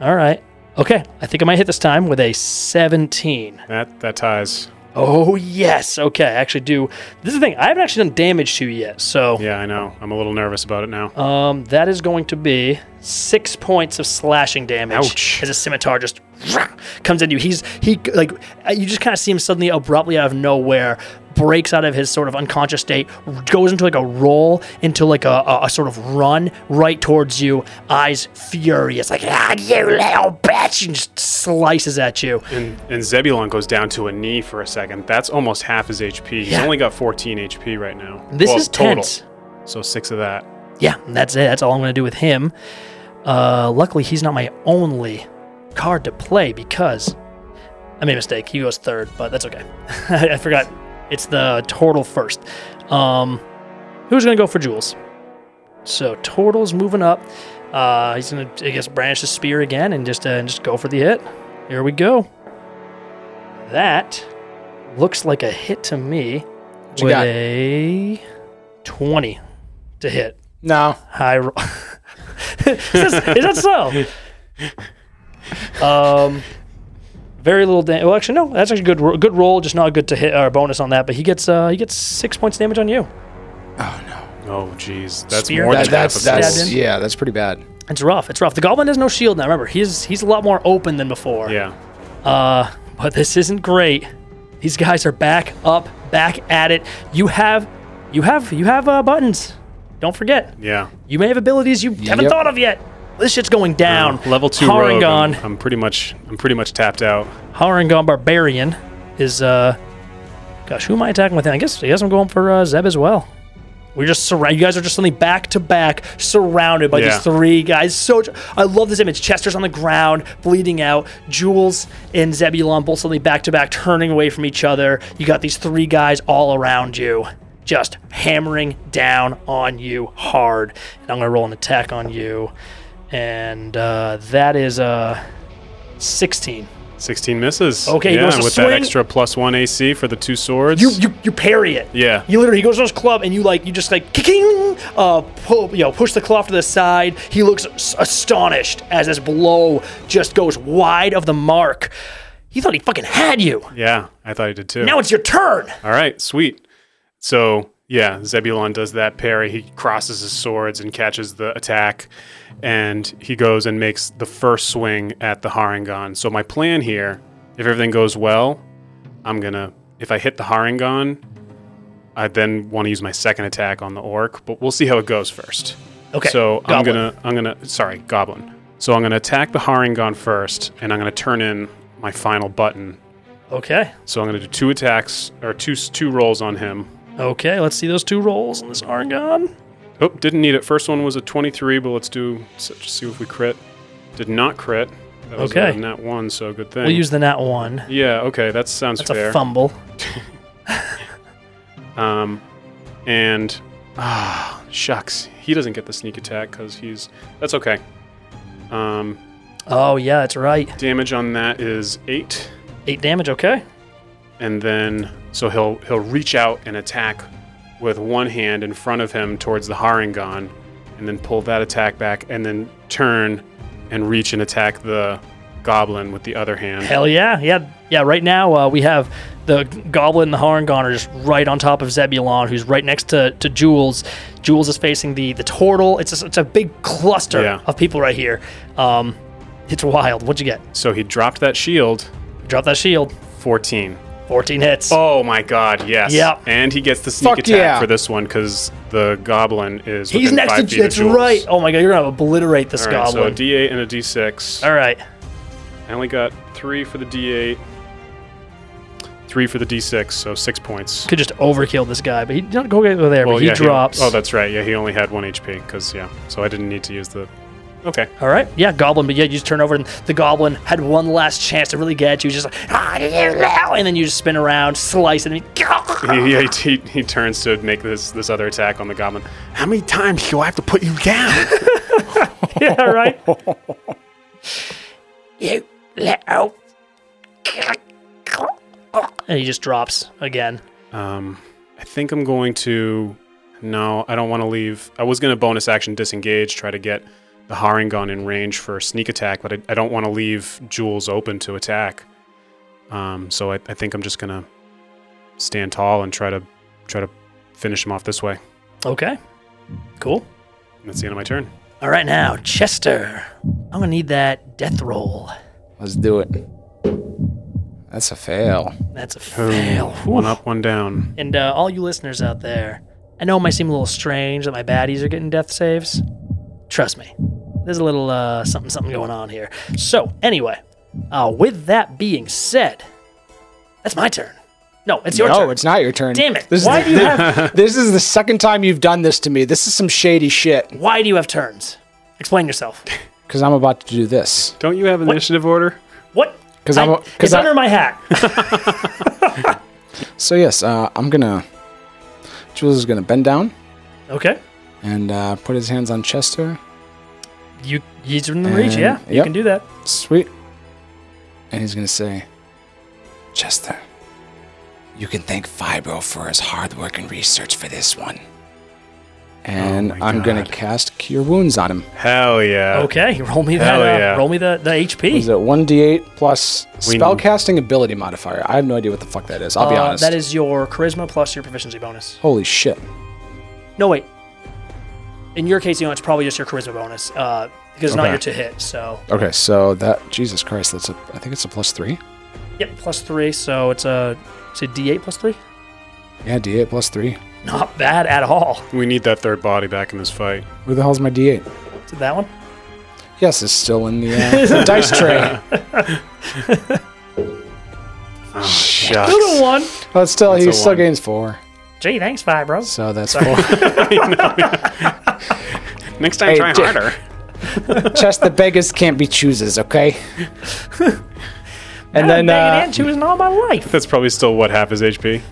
[SPEAKER 2] All right. Okay, I think I might hit this time with a 17.
[SPEAKER 1] That that ties.
[SPEAKER 2] Oh, yes. Okay, I actually do. This is the thing, I haven't actually done damage to you yet, so
[SPEAKER 1] Yeah, I know. I'm a little nervous about it now.
[SPEAKER 2] um, that is going to be six points of slashing damage.
[SPEAKER 1] Ouch.
[SPEAKER 2] As a scimitar just comes at you. He's he like uh, you just kind of see him suddenly abruptly out of nowhere breaks out of his sort of unconscious state, goes into like a roll, into like a, a, a sort of run right towards you, eyes furious, like ah, you little bitch, and just slices at you.
[SPEAKER 1] And, and Zebulon goes down to a knee for a second. That's almost half his HP. He's
[SPEAKER 2] Yeah.
[SPEAKER 1] only got 14 HP right now.
[SPEAKER 2] This
[SPEAKER 1] Well,
[SPEAKER 2] is tense.
[SPEAKER 1] So six of that.
[SPEAKER 2] yeah, and that's it. That's all I'm going to do with him. Uh, luckily, he's not my only card to play because I made a mistake. He goes third, but that's okay. I forgot. It's the Tortle first. Um, who's going to go for Jules? So Tortle's moving up. Uh, he's going to, I guess, branch the spear again and just uh, and just go for the hit. Here we go. That looks like a hit to me
[SPEAKER 3] you
[SPEAKER 2] with
[SPEAKER 3] got?
[SPEAKER 2] a twenty to hit
[SPEAKER 3] No.
[SPEAKER 2] high roll. is, that- is that so? Um, very little damage. Well, actually, no, that's actually good. ro- Good roll, just not good to hit or bonus on that. But he gets uh, he gets six points damage on you.
[SPEAKER 1] Oh, jeez. That's
[SPEAKER 2] Spear
[SPEAKER 1] more
[SPEAKER 2] That-
[SPEAKER 1] than
[SPEAKER 3] That, that's
[SPEAKER 1] half of
[SPEAKER 2] that's-
[SPEAKER 1] Zebulon's.
[SPEAKER 3] that's yeah, that's pretty bad.
[SPEAKER 2] It's rough. It's rough. The goblin has no shield now. Remember, he's he's a lot more open than before.
[SPEAKER 1] Yeah.
[SPEAKER 2] Uh, but this isn't great. These guys are back up, back at it. You have, you have, you have uh, buttons. Don't forget.
[SPEAKER 1] Yeah.
[SPEAKER 2] You may have abilities you haven't
[SPEAKER 3] Yep.
[SPEAKER 2] thought of yet. This shit's going down.
[SPEAKER 1] Um, level two rogue.
[SPEAKER 2] Harangon.
[SPEAKER 1] I'm, I'm pretty much I'm pretty much tapped out.
[SPEAKER 2] Harangon Barbarian is uh gosh, who am I attacking with? I guess I guess I'm going for uh, Zeb as well. We're just surrounded. You guys are just suddenly back to back, surrounded by
[SPEAKER 1] Yeah.
[SPEAKER 2] these three guys. So tr- I love this image. Chester's on the ground, bleeding out. Jules and Zebulon both suddenly back to back, turning away from each other. You got these three guys all around you, just hammering down on you hard. And I'm gonna roll an attack on you, and uh, that is uh, 16.
[SPEAKER 1] 16 misses.
[SPEAKER 2] Okay, he
[SPEAKER 1] yeah,
[SPEAKER 2] goes to
[SPEAKER 1] with that
[SPEAKER 2] swing.
[SPEAKER 1] extra plus one AC for the two swords.
[SPEAKER 2] you, you you parry it.
[SPEAKER 1] Yeah.
[SPEAKER 2] You literally he goes to his club and you like you just like kicking uh pull you know push the club to the side. He looks as- astonished as this blow just goes wide of the mark. He thought he fucking had you.
[SPEAKER 1] yeah, I thought I did too.
[SPEAKER 2] Now it's your turn.
[SPEAKER 1] All right, sweet. So yeah, Zebulon does that parry. He crosses his swords and catches the attack, and he goes and makes the first swing at the Harangon. So my plan here, if everything goes well, I'm gonna if I hit the Harangon, I then want to use my second attack on the orc. But we'll see how it goes first.
[SPEAKER 2] Okay,
[SPEAKER 1] So I'm
[SPEAKER 2] goblin.
[SPEAKER 1] gonna I'm gonna sorry goblin. So I'm gonna attack the Harangon first, and I'm gonna turn in my final button
[SPEAKER 2] Okay.
[SPEAKER 1] so I'm going to do two attacks or two two rolls on him.
[SPEAKER 2] Okay, let's see those two rolls on this Argon.
[SPEAKER 1] Oh, didn't need it. First one was a 23, but let's do so just see if we crit. Did not crit. That was
[SPEAKER 2] Okay.
[SPEAKER 1] a nat one, so good thing.
[SPEAKER 2] We'll use the nat one.
[SPEAKER 1] yeah. Okay, that sounds
[SPEAKER 2] That's
[SPEAKER 1] fair.
[SPEAKER 2] a fumble.
[SPEAKER 1] Um, and ah, shucks, he doesn't get the sneak attack because he's that's okay. Um,
[SPEAKER 2] Oh, yeah, that's right.
[SPEAKER 1] damage on that is eight,
[SPEAKER 2] Eight damage, okay.
[SPEAKER 1] and then so he'll he'll reach out and attack with one hand in front of him towards the Haringan, and then pull that attack back, and then turn and reach and attack the goblin with the other hand.
[SPEAKER 2] Hell yeah, yeah, yeah. Right now uh, we have the Goblin and the Harangon are just right on top of Zebulon, who's right next to, to Jules. Jules is facing the the turtle. It's a, it's a big cluster
[SPEAKER 1] Yeah.
[SPEAKER 2] of people right here. Um, it's wild. What'd you get?
[SPEAKER 1] So he dropped that shield.
[SPEAKER 2] Drop that shield.
[SPEAKER 1] Fourteen.
[SPEAKER 2] Fourteen hits.
[SPEAKER 1] Oh my god, yes.
[SPEAKER 2] Yep.
[SPEAKER 1] And he gets the sneak
[SPEAKER 3] Fuck
[SPEAKER 1] attack
[SPEAKER 3] yeah.
[SPEAKER 1] for this one because the goblin is.
[SPEAKER 2] He's
[SPEAKER 1] within
[SPEAKER 2] next
[SPEAKER 1] five
[SPEAKER 2] to.
[SPEAKER 1] feet of
[SPEAKER 2] That's
[SPEAKER 1] Jules.
[SPEAKER 2] right. Oh my god, you're gonna obliterate this
[SPEAKER 1] All right, so a
[SPEAKER 2] Goblin.
[SPEAKER 1] D8 and a D6.
[SPEAKER 2] All right.
[SPEAKER 1] I only got three for the D8, three for the D6, so six points.
[SPEAKER 2] Could just overkill this guy, but he don't go over there.
[SPEAKER 1] Well,
[SPEAKER 2] but he
[SPEAKER 1] yeah,
[SPEAKER 2] drops.
[SPEAKER 1] oh, that's right. Yeah, he only had one HP because yeah. So I didn't need to use the. Okay.
[SPEAKER 2] All right, yeah, Goblin. But yeah, you just turn over, and the Goblin had one last chance to really get you. Just like ah, you know," and then you just spin around, slice, and then,
[SPEAKER 1] He, he, he, he turns to make this this other attack on the goblin.
[SPEAKER 4] How many times do I have to put you down?
[SPEAKER 2] yeah, right.
[SPEAKER 5] You let out.
[SPEAKER 2] and he just drops again.
[SPEAKER 1] Um, I think I'm going to. No, I don't want to leave. I was going to bonus action disengage, try to get the Haringon in range for sneak attack, but I, I don't want to leave Jules open to attack. Um, so I, I think I'm just going to stand tall and try to try to finish him off this way.
[SPEAKER 2] Okay, cool.
[SPEAKER 1] That's the end of my turn.
[SPEAKER 2] All right, now Chester, I'm gonna need that death roll.
[SPEAKER 3] Let's do it. That's a fail.
[SPEAKER 2] That's a fail.
[SPEAKER 1] One up, one down.
[SPEAKER 2] And uh, all you listeners out there, I know it might seem a little strange that my baddies are getting death saves. Trust me, there's a little uh, something something going on here. So anyway, uh, with that being said, that's my turn. No, it's your
[SPEAKER 3] no,
[SPEAKER 2] turn.
[SPEAKER 3] it's not your turn.
[SPEAKER 2] Damn it!
[SPEAKER 3] This is
[SPEAKER 2] why do
[SPEAKER 3] the-
[SPEAKER 2] you have
[SPEAKER 3] This is the second time you've done this to me. This is some shady shit.
[SPEAKER 2] Why do you have turns? Explain yourself.
[SPEAKER 3] Because I'm about to do this.
[SPEAKER 1] Don't you have initiative order?
[SPEAKER 2] What?
[SPEAKER 3] 'Cause
[SPEAKER 2] I-
[SPEAKER 3] I'm a-
[SPEAKER 2] it's
[SPEAKER 3] 'cause I-
[SPEAKER 2] under my hat.
[SPEAKER 3] So yes, uh, I'm gonna. Jules is gonna bend down
[SPEAKER 2] okay,
[SPEAKER 3] and uh, put his hands on Chester.
[SPEAKER 2] you he's in the reach.
[SPEAKER 3] And-
[SPEAKER 2] Yeah, you
[SPEAKER 3] yep.
[SPEAKER 2] can do that.
[SPEAKER 3] Sweet. And he's gonna say, Chester, you can thank Fibro for his hard work and research for this one. And
[SPEAKER 1] Oh my
[SPEAKER 3] I'm gonna
[SPEAKER 1] God.
[SPEAKER 3] cast Cure Wounds on him.
[SPEAKER 1] Hell yeah.
[SPEAKER 2] Okay, roll me that.
[SPEAKER 1] Hell
[SPEAKER 2] Uh,
[SPEAKER 1] yeah.
[SPEAKER 2] Roll me the the
[SPEAKER 3] Is
[SPEAKER 2] HP.
[SPEAKER 3] it one d8 plus
[SPEAKER 1] We-
[SPEAKER 3] spellcasting ability modifier? I have no idea what the fuck that is. I'll be
[SPEAKER 2] Uh,
[SPEAKER 3] honest.
[SPEAKER 2] that is your charisma plus your proficiency bonus.
[SPEAKER 3] Holy shit.
[SPEAKER 2] No, wait. In your case, you know, it's probably just your charisma bonus uh, because it's not
[SPEAKER 3] Okay.
[SPEAKER 2] your to hit. So,
[SPEAKER 3] Okay, so that Jesus Christ, that's a. I think it's a plus three.
[SPEAKER 2] yep, plus three. So it's a, it's a D8 plus three.
[SPEAKER 3] Yeah, d8 plus three.
[SPEAKER 2] Not bad at all.
[SPEAKER 1] We need that third body back in this fight.
[SPEAKER 3] Where the hell's my d8?
[SPEAKER 2] Is it that one?
[SPEAKER 3] Yes, it's still in the, uh, the dice tray.
[SPEAKER 1] Shucks.
[SPEAKER 2] Little one.
[SPEAKER 3] But still,
[SPEAKER 1] That's
[SPEAKER 3] he
[SPEAKER 1] a
[SPEAKER 3] still
[SPEAKER 1] one.
[SPEAKER 3] gains four.
[SPEAKER 2] Gee, thanks, five, bro.
[SPEAKER 3] So that's four.
[SPEAKER 1] Next time,
[SPEAKER 3] Hey,
[SPEAKER 1] try
[SPEAKER 3] J-
[SPEAKER 1] harder.
[SPEAKER 3] Just the beggars can't be choosers, okay? And then, uh,
[SPEAKER 2] she was in all my life.
[SPEAKER 1] That's probably still what half his HP.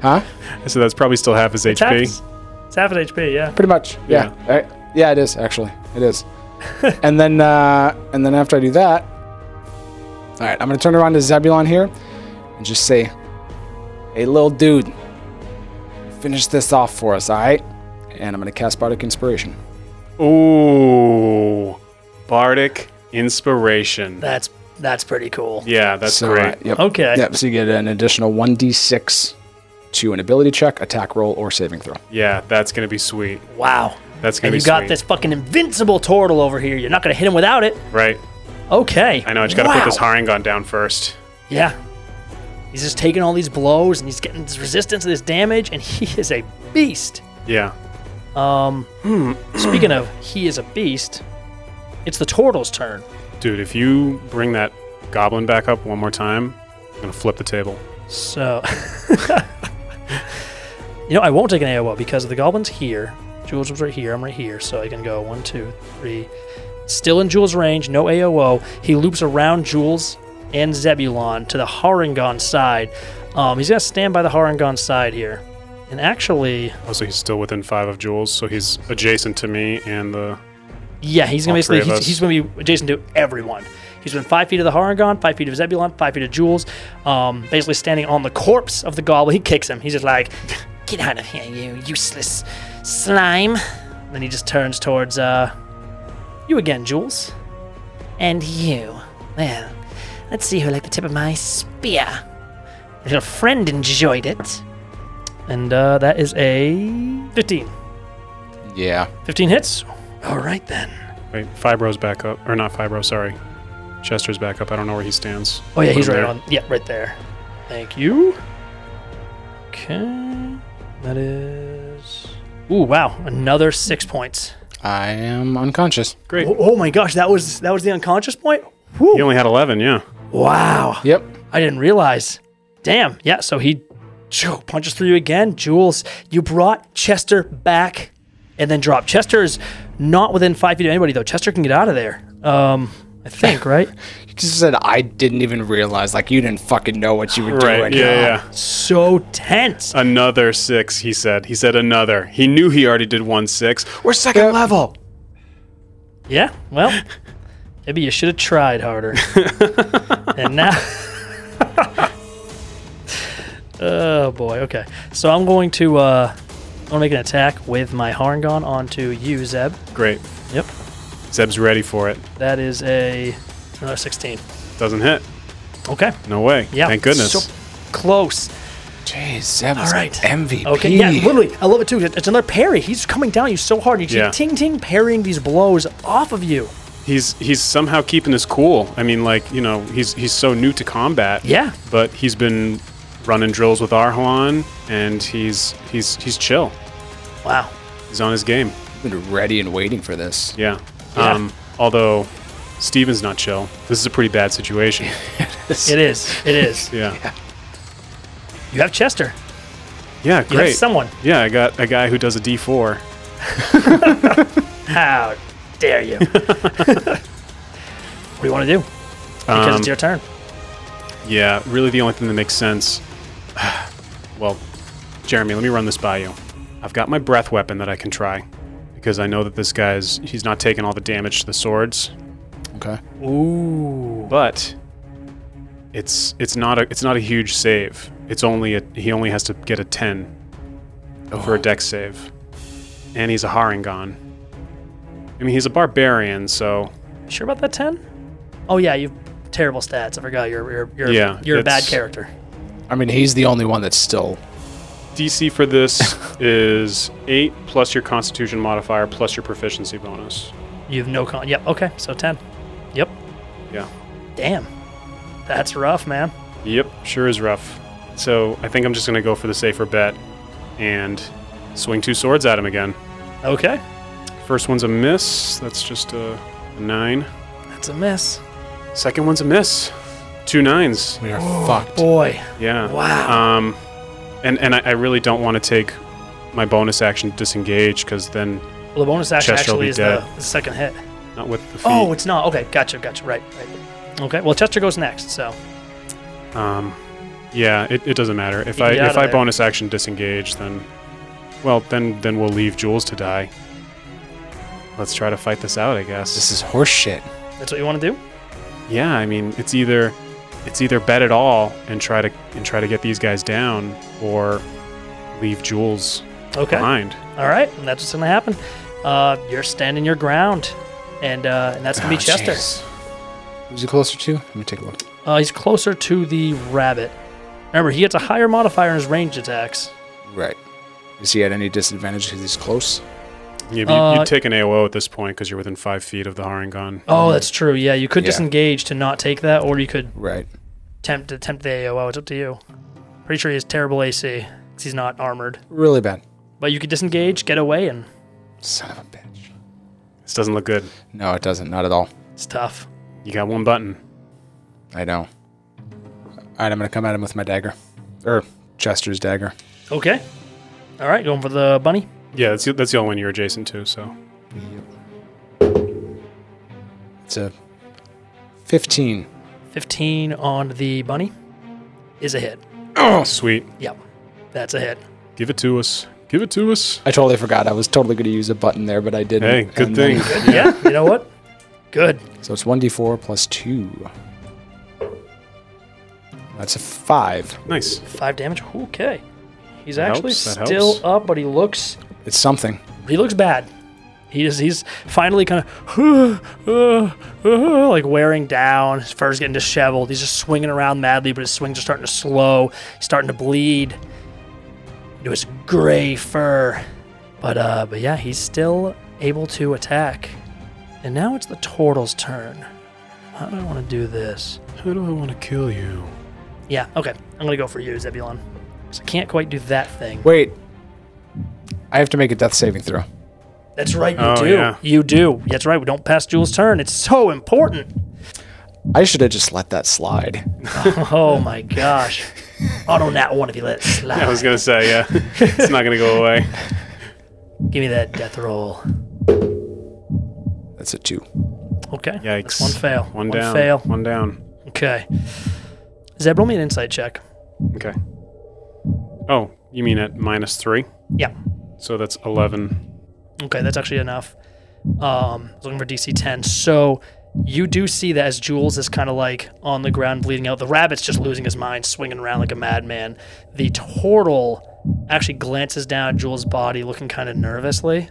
[SPEAKER 3] huh?
[SPEAKER 1] So that's probably still half his
[SPEAKER 2] It's half,
[SPEAKER 1] HP.
[SPEAKER 2] his- it's half his HP. Yeah.
[SPEAKER 3] Pretty much. Yeah. Yeah, yeah it is actually. It is. and then, uh, and then after I do that, all right, I'm gonna turn around to Zebulon here and just say, "Hey, little dude, finish this off for us, all right?" And I'm gonna cast Bardic Inspiration.
[SPEAKER 1] Ooh, bardic inspiration.
[SPEAKER 2] That's that's pretty cool.
[SPEAKER 1] yeah, that's
[SPEAKER 3] So,
[SPEAKER 1] great.
[SPEAKER 3] uh, yep.
[SPEAKER 2] Okay.
[SPEAKER 3] Yep. So you get an additional one d6 to an ability check, attack roll, or saving throw.
[SPEAKER 1] Yeah, that's gonna be sweet.
[SPEAKER 2] Wow.
[SPEAKER 1] That's gonna
[SPEAKER 2] And
[SPEAKER 1] be
[SPEAKER 2] you got
[SPEAKER 1] sweet.
[SPEAKER 2] this fucking invincible turtle over here. You're not gonna hit him without it.
[SPEAKER 1] right.
[SPEAKER 2] Okay.
[SPEAKER 1] I know. I just gotta
[SPEAKER 2] Wow.
[SPEAKER 1] put this Haringon down first.
[SPEAKER 2] Yeah. He's just taking all these blows and he's getting this resistance to this damage, and he is a beast.
[SPEAKER 1] Yeah.
[SPEAKER 2] Um, speaking of, he is a beast. It's the turtle's turn.
[SPEAKER 1] Dude, if you bring that goblin back up one more time, I'm gonna flip the table.
[SPEAKER 2] So, you know, I won't take an AOL because the goblin's here. Jules was right here. I'm right here, so I can go one, two, three. Still in Jules' range, no AOO. He loops around Jules and Zebulon to the Harangon side. Um, he's going to stand by the Harangon side here. And actually,
[SPEAKER 1] Also, he's still within five of Jules, so he's adjacent to me and the.
[SPEAKER 2] yeah, he's going
[SPEAKER 1] All
[SPEAKER 2] to
[SPEAKER 1] three
[SPEAKER 2] basically
[SPEAKER 1] of
[SPEAKER 2] he's,
[SPEAKER 1] us.
[SPEAKER 2] he's going to be adjacent to everyone. He's been five feet of the Harangon, five feet of Zebulon, five feet of Jules. Um, basically standing on the corpse of the goblin. He kicks him. He's just like, "Get out of here, you useless slime!" Then he just turns towards uh, you again, Jules. And you. Well, let's see who like the tip of my spear. Your friend enjoyed it. And uh, that is a 15.
[SPEAKER 3] Yeah.
[SPEAKER 2] 15 hits. All right then.
[SPEAKER 1] Wait, Fibro's back up. Or not Fibro, sorry. Chester's back up. I don't know where he stands.
[SPEAKER 2] Oh yeah, he's
[SPEAKER 1] Put
[SPEAKER 2] right
[SPEAKER 1] him
[SPEAKER 2] on. Yeah, right there. Thank you. Okay, that is. Ooh, wow! Another six points.
[SPEAKER 3] I am unconscious.
[SPEAKER 1] Great.
[SPEAKER 2] Oh, oh my gosh, that was that was the unconscious point. Whew.
[SPEAKER 1] He only had 11, yeah.
[SPEAKER 2] Wow,
[SPEAKER 3] Yep.
[SPEAKER 2] I didn't realize. Damn. Yeah. So he choo, punches through you again, Jules. You brought Chester back, and then drop. Chester is not within five feet of anybody though. Chester can get out of there. Um, I think right.
[SPEAKER 3] You just said I didn't even realize. Like you didn't fucking know what you were
[SPEAKER 1] Right,
[SPEAKER 3] doing.
[SPEAKER 1] yeah, yeah.
[SPEAKER 2] so tense.
[SPEAKER 1] Another six, he said. He said another. He knew he already did one six.
[SPEAKER 4] We're second level.
[SPEAKER 2] Yeah, well, maybe you should have tried harder. and now. oh, boy. Okay. So I'm going to. Uh, I'm going to make an attack with my Harngon onto you, Zeb.
[SPEAKER 1] Great.
[SPEAKER 2] Yep.
[SPEAKER 1] Zeb's ready for it.
[SPEAKER 2] That is a. Another 16.
[SPEAKER 1] Doesn't hit.
[SPEAKER 2] Okay.
[SPEAKER 1] No way.
[SPEAKER 2] Yeah.
[SPEAKER 1] Thank goodness.
[SPEAKER 2] So close.
[SPEAKER 3] Jeez, Zeb
[SPEAKER 2] All
[SPEAKER 3] is
[SPEAKER 2] right.
[SPEAKER 3] MVP.
[SPEAKER 2] Okay. Yeah, literally. I love it too. It's another parry. He's coming down at you so hard. You keep
[SPEAKER 1] Yeah.
[SPEAKER 2] ting ting parrying these blows off of you.
[SPEAKER 1] he's he's somehow keeping his cool. I mean, like, you know, he's he's so new to combat.
[SPEAKER 2] Yeah.
[SPEAKER 1] But he's been running drills with Arhalan and he's he's he's chill.
[SPEAKER 2] Wow.
[SPEAKER 1] He's on his game.
[SPEAKER 3] I've been ready and waiting for this.
[SPEAKER 1] Yeah. Um, although Steven's not chill. This is a pretty bad situation.
[SPEAKER 2] It is. It is.
[SPEAKER 1] Yeah.
[SPEAKER 2] You have Chester.
[SPEAKER 1] Yeah,
[SPEAKER 2] You
[SPEAKER 1] great.
[SPEAKER 2] have someone.
[SPEAKER 1] Yeah, I got a guy who does a D4.
[SPEAKER 2] How dare you? what do you want to do? Because
[SPEAKER 1] Um,
[SPEAKER 2] it's your turn.
[SPEAKER 1] Yeah, really the only thing that makes sense. well, Jeremy, let me run this by you. I've got my breath weapon that I can try because I know that this guy's he's not taking all the damage to the swords,
[SPEAKER 3] Okay.
[SPEAKER 2] Ooh.
[SPEAKER 1] but it's it's not a it's not a huge save. It's only a he only has to get a 10 for a dex save. And he's a Harangon. I mean, he's a barbarian, so
[SPEAKER 2] Sure about that 10? Oh, yeah, you've terrible stats. I forgot you're, you're, you're,
[SPEAKER 1] Yeah,
[SPEAKER 2] you're a bad
[SPEAKER 1] it's-
[SPEAKER 2] character.
[SPEAKER 3] I mean, he's the only one that's still.
[SPEAKER 1] DC for this is 8 plus your constitution modifier plus your proficiency bonus.
[SPEAKER 2] You have no con. Yep, okay, so 10. Yep.
[SPEAKER 1] Yeah.
[SPEAKER 2] Damn. That's rough, man.
[SPEAKER 1] Yep, sure is rough. So I think I'm just going to go for the safer bet and swing two swords at him again.
[SPEAKER 2] Okay.
[SPEAKER 1] First one's a miss. That's just a, a nine.
[SPEAKER 2] That's a miss.
[SPEAKER 1] Second one's a miss. Two nines.
[SPEAKER 3] We are fucked.
[SPEAKER 2] Boy.
[SPEAKER 1] Yeah.
[SPEAKER 2] Wow.
[SPEAKER 1] Um, and and I, I really don't want to take my bonus action to disengage because then
[SPEAKER 2] Well, the bonus action
[SPEAKER 1] Chester will
[SPEAKER 2] actually
[SPEAKER 1] be
[SPEAKER 2] is
[SPEAKER 1] dead.
[SPEAKER 2] the, the second hit.
[SPEAKER 1] not with the feet.
[SPEAKER 2] Oh, it's not. Okay, gotcha, gotcha. Right, right. Okay, well, Chester goes next, so.
[SPEAKER 1] Um, yeah, it, it doesn't matter. If
[SPEAKER 2] You
[SPEAKER 1] I
[SPEAKER 2] can get out
[SPEAKER 1] if
[SPEAKER 2] of
[SPEAKER 1] I
[SPEAKER 2] there.
[SPEAKER 1] bonus action disengage, then well, then then we'll leave Jules to die. Let's try to fight this out, I guess.
[SPEAKER 3] This is horse shit.
[SPEAKER 2] That's what you want to do?
[SPEAKER 1] yeah, I mean, it's either it's either bet it all and try to and try to get these guys down or leave Jules
[SPEAKER 2] Okay.
[SPEAKER 1] behind.
[SPEAKER 2] All right, and that's what's going to happen. Uh, you're standing your ground, and uh, and that's going to be Chester.
[SPEAKER 3] Ah, jeez. Who's he closer to? Let me take a look.
[SPEAKER 2] Uh, he's closer to the rabbit. Remember, he gets a higher modifier in his ranged attacks.
[SPEAKER 3] Right. Is he at any disadvantage because he's close?
[SPEAKER 1] Yeah, but
[SPEAKER 2] Uh,
[SPEAKER 1] you, you'd take an AOO at this point because you're within five feet of the Harangon.
[SPEAKER 2] Oh, that's true. Yeah, you could
[SPEAKER 3] Mm-hmm. Yeah.
[SPEAKER 2] disengage to not take that, or you could
[SPEAKER 3] Right.
[SPEAKER 2] tempt tempt the AOO. It's up to you. Pretty sure he has terrible AC because he's not armored.
[SPEAKER 3] Really bad.
[SPEAKER 2] But you could disengage, get away, and
[SPEAKER 3] Son of a bitch.
[SPEAKER 1] This doesn't look good.
[SPEAKER 3] No, it doesn't. Not at all.
[SPEAKER 2] it's tough.
[SPEAKER 1] You got one button.
[SPEAKER 3] I know. All right, I'm going to come at him with my dagger. Or Chester's dagger.
[SPEAKER 2] Okay. All right, going for the bunny.
[SPEAKER 1] Yeah, that's the- that's the only one you're adjacent to. So
[SPEAKER 3] It's a 15.
[SPEAKER 2] 15 on the bunny is a hit.
[SPEAKER 1] Oh, sweet.
[SPEAKER 2] Yep. That's a hit.
[SPEAKER 1] Give it to us. Give it to us.
[SPEAKER 3] I totally forgot. I was totally going to use a button there, but I didn't.
[SPEAKER 1] Hey, good
[SPEAKER 3] And
[SPEAKER 1] thing.
[SPEAKER 3] then-
[SPEAKER 2] Yeah. You know what? Good.
[SPEAKER 3] So it's 1d4 plus 2. That's a 5.
[SPEAKER 1] nice.
[SPEAKER 2] Five damage. Okay. He's
[SPEAKER 1] That
[SPEAKER 2] actually
[SPEAKER 1] helps, that
[SPEAKER 2] still
[SPEAKER 1] helps.
[SPEAKER 2] up, but he looks
[SPEAKER 3] It's something.
[SPEAKER 2] he looks bad. He is he's finally kind of like wearing down. His fur's getting disheveled. He's just swinging around madly, but his swings are starting to slow. He's starting to bleed into his gray fur. But uh, but yeah, he's still able to attack. And now it's the turtle's turn. How do I want to do this?
[SPEAKER 1] How do I want to kill you?
[SPEAKER 2] Yeah, okay. I'm gonna go for you, Zebulon. 'Cause I can't quite do that thing.
[SPEAKER 3] Wait. I have to make a death saving throw.
[SPEAKER 2] That's right, you
[SPEAKER 1] Oh,
[SPEAKER 2] do.
[SPEAKER 1] yeah.
[SPEAKER 2] You do. That's right. We don't pass Jules' turn. It's so important.
[SPEAKER 3] I should have just let that slide.
[SPEAKER 2] Oh my gosh. Auto nat one if you let it slide.
[SPEAKER 1] I was gonna say, yeah, it's not gonna go away.
[SPEAKER 2] Give me that death roll.
[SPEAKER 3] That's a 2.
[SPEAKER 2] Okay.
[SPEAKER 1] Yikes!
[SPEAKER 2] That's one fail.
[SPEAKER 1] One, down.
[SPEAKER 2] fail.
[SPEAKER 1] One down.
[SPEAKER 2] Okay. Zeb, roll me an insight check.
[SPEAKER 1] Okay. Oh, you mean at minus three?
[SPEAKER 2] Yeah.
[SPEAKER 1] So that's eleven.
[SPEAKER 2] Okay, that's actually enough. Um, I was looking for DC 10. So you do see that as Jules is kind of like on the ground bleeding out. The rabbit's just losing his mind, swinging around like a madman. The turtle actually glances down at Jules' body, looking kind of nervously,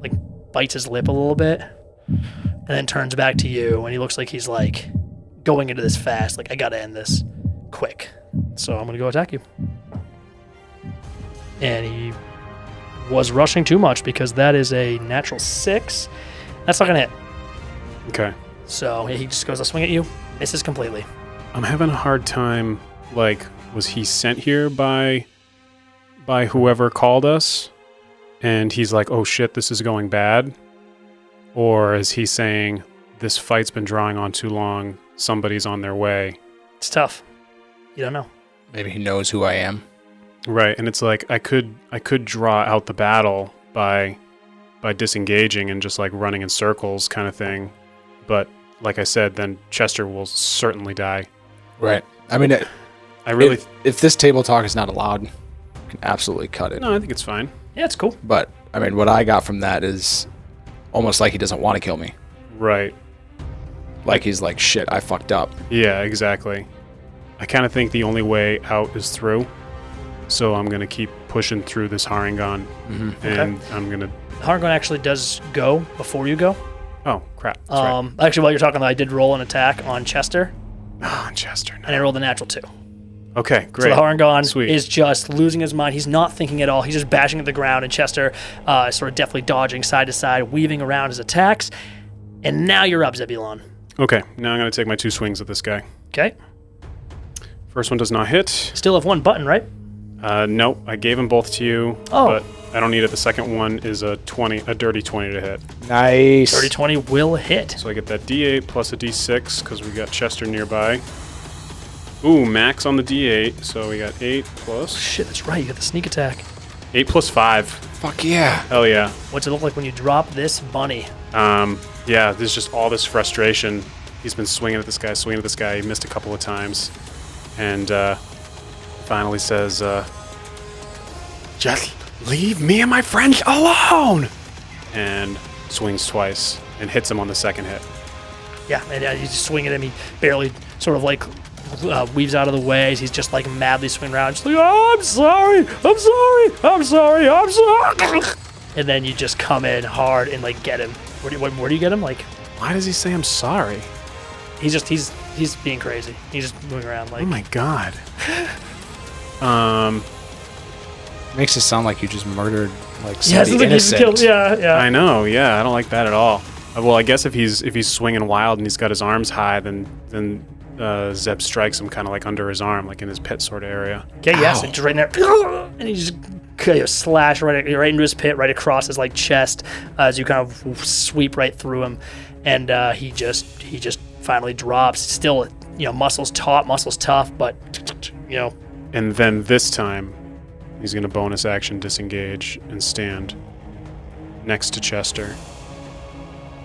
[SPEAKER 2] like bites his lip a little bit, and then turns back to you. And he looks like he's like going into this fast, like, I gotta end this quick. So I'm gonna go attack you. And he was rushing too much because that is a natural six. That's not gonna hit.
[SPEAKER 1] Okay.
[SPEAKER 2] So he just goes to swing at you, misses completely.
[SPEAKER 1] I'm having a hard time. Like, was he sent here by by whoever called us? And he's like, "Oh shit, this is going bad," or is he saying, "This fight's been drawing on too long. Somebody's on their way."
[SPEAKER 2] It's tough. You don't know.
[SPEAKER 3] Maybe he knows who I am.
[SPEAKER 1] Right, and it's like I could I could draw out the battle by by disengaging and just like running in circles kind of thing. But like I said, then Chester will certainly die.
[SPEAKER 3] Right. I mean, it-
[SPEAKER 1] I really
[SPEAKER 3] if, if this table talk is not allowed, you can absolutely cut it.
[SPEAKER 1] No, I think it's fine.
[SPEAKER 2] Yeah, it's cool.
[SPEAKER 3] But I mean, what I got from that is almost like he doesn't want to kill me.
[SPEAKER 1] Right.
[SPEAKER 3] Like he's like, shit, I fucked up.
[SPEAKER 1] Yeah, exactly. I kind of think the only way out is through. So I'm going to keep pushing through this Harangon
[SPEAKER 2] Mm-hmm.
[SPEAKER 1] and I'm going to
[SPEAKER 2] Hargon actually does go before you go.
[SPEAKER 1] Oh, crap. That's right.
[SPEAKER 2] Um, Actually, while you're talking, I did roll an attack on Chester,
[SPEAKER 1] Ah, Chester.
[SPEAKER 2] and I
[SPEAKER 1] No.
[SPEAKER 2] rolled a natural two.
[SPEAKER 1] Okay,
[SPEAKER 2] So
[SPEAKER 1] great.
[SPEAKER 2] the Hargon
[SPEAKER 1] Sweet.
[SPEAKER 2] is just losing his mind. He's not thinking at all. He's just bashing at the ground, and Chester uh, is sort of deftly dodging side to side, weaving around his attacks. And now you're up, Zebulon.
[SPEAKER 1] okay, now I'm going to take my two swings at this guy.
[SPEAKER 2] Okay.
[SPEAKER 1] First one does not hit.
[SPEAKER 2] Still have one button, right?
[SPEAKER 1] Uh, nope, I gave them both to you.
[SPEAKER 2] Oh.
[SPEAKER 1] But I don't need it. The second one is a 20, a dirty 20 to hit.
[SPEAKER 3] Nice.
[SPEAKER 2] Dirty 20 will hit.
[SPEAKER 1] So I get that D8 plus a D6 because we got Chester nearby. Ooh, max on the D8. So we got 8 plus.
[SPEAKER 2] Shit, that's right. You got the sneak attack.
[SPEAKER 1] 8 plus 5.
[SPEAKER 3] Fuck yeah.
[SPEAKER 1] Hell yeah.
[SPEAKER 2] What's it look like when you drop this bunny?
[SPEAKER 1] Um, yeah, there's just all this frustration. He's been swinging at this guy, swinging at this guy. He missed a couple of times. And uh, finally says, uh,
[SPEAKER 4] Just leave me and my friends alone.
[SPEAKER 1] and swings twice and hits him on the second hit.
[SPEAKER 2] Yeah, and uh, you just swing at him. He barely sort of like uh, weaves out of the way. He's just like madly swinging around. Just like, oh, I'm sorry, I'm sorry, I'm sorry, I'm sorry. And then you just come in hard and like get him. Where do you, where do you get him? Like
[SPEAKER 1] Why does he say I'm sorry?
[SPEAKER 2] he's just he's he's being crazy. He's just moving around like
[SPEAKER 1] Oh my god. um,
[SPEAKER 3] Makes it sound like you just murdered like
[SPEAKER 2] yeah, it's
[SPEAKER 3] somebody
[SPEAKER 2] like he just
[SPEAKER 3] innocent.
[SPEAKER 2] killed. Yeah, yeah.
[SPEAKER 1] I know. Yeah, I don't like that at all. Uh, Well, I guess if he's if he's swinging wild and he's got his arms high, then then uh, Zeb strikes him kind of like under his arm, like in his pit sort of area.
[SPEAKER 2] Yeah, yeah. So just right in there, and you just kind of slash right, right into his pit, right across his like chest, uh, as you kind of sweep right through him, and uh, he just he just finally drops. Still, you know, muscles taut, muscles tough, but you know,
[SPEAKER 1] And then this time, he's gonna bonus action disengage and stand next to Chester,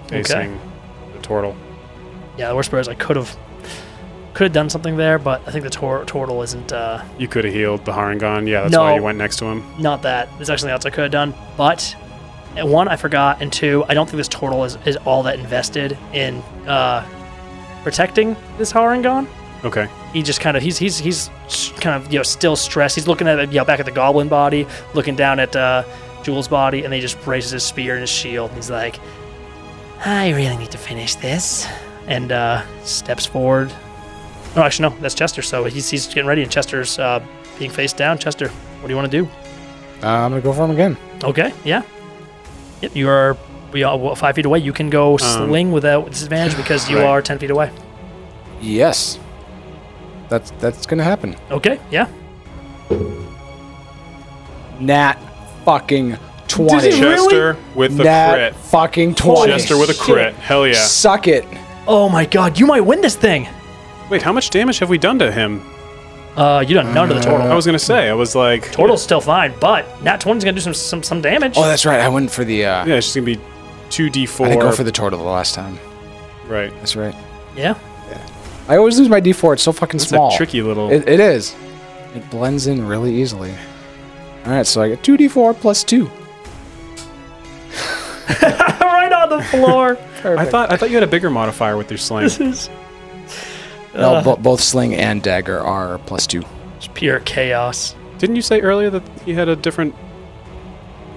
[SPEAKER 1] facing the turtle.
[SPEAKER 2] yeah. The worst part is I could have could have done something there, but I think the tor- turtle isn't uh,
[SPEAKER 1] You could have healed the Harangon. Yeah, that's
[SPEAKER 2] No.
[SPEAKER 1] why you went next to him.
[SPEAKER 2] not that. There's actually nothing else I could have done, but uh, one, I forgot, and two, I don't think this turtle is, is all that invested in uh, protecting this Harangon.
[SPEAKER 1] Okay.
[SPEAKER 2] he just kind of he's he's he's kind of you know still stressed. He's looking at you know back at the goblin body, looking down at uh, Jules' body, and then he just raises his spear and his shield. And he's like, "I really need to finish this," and uh, steps forward. Oh, actually, no, that's Chester. So he's he's getting ready, and Chester's uh, being faced down. Chester, what do you want to do?
[SPEAKER 3] Uh, I'm gonna go for him again.
[SPEAKER 2] Okay, yeah, yep, you are. We are well, five feet away. You can go sling without disadvantage because you
[SPEAKER 1] right.
[SPEAKER 2] are ten feet away.
[SPEAKER 3] Yes, that's that's gonna happen.
[SPEAKER 2] Okay, yeah.
[SPEAKER 3] Nat fucking twenty.
[SPEAKER 1] Chester with a
[SPEAKER 3] Nat
[SPEAKER 1] crit.
[SPEAKER 3] fucking twenty.
[SPEAKER 1] Chester with a crit. Hell yeah.
[SPEAKER 3] Suck it.
[SPEAKER 2] Oh my God, you might win this thing.
[SPEAKER 1] Wait, how much damage have we done to him?
[SPEAKER 2] Uh, you done none to the turtle.
[SPEAKER 1] I was gonna say, I was like,
[SPEAKER 2] Portal's still fine, but Nat 20's gonna do some some, some damage.
[SPEAKER 3] Oh, that's right. I went for the. Uh,
[SPEAKER 1] yeah, it's just gonna be two d four.
[SPEAKER 3] I didn't go for the turtle the last time.
[SPEAKER 1] right.
[SPEAKER 3] That's right.
[SPEAKER 2] yeah.
[SPEAKER 3] I always lose my D4. It's so fucking
[SPEAKER 1] It's
[SPEAKER 3] small.
[SPEAKER 1] a tricky little.
[SPEAKER 3] It, it is. It blends in really easily. All right, so I get two D4 plus two.
[SPEAKER 2] right on the floor.
[SPEAKER 1] I thought I thought you had a bigger modifier with your sling.
[SPEAKER 3] No,
[SPEAKER 2] Uh.
[SPEAKER 3] bo- both sling and dagger are plus two.
[SPEAKER 2] it's pure chaos.
[SPEAKER 1] Didn't you say earlier that he had a different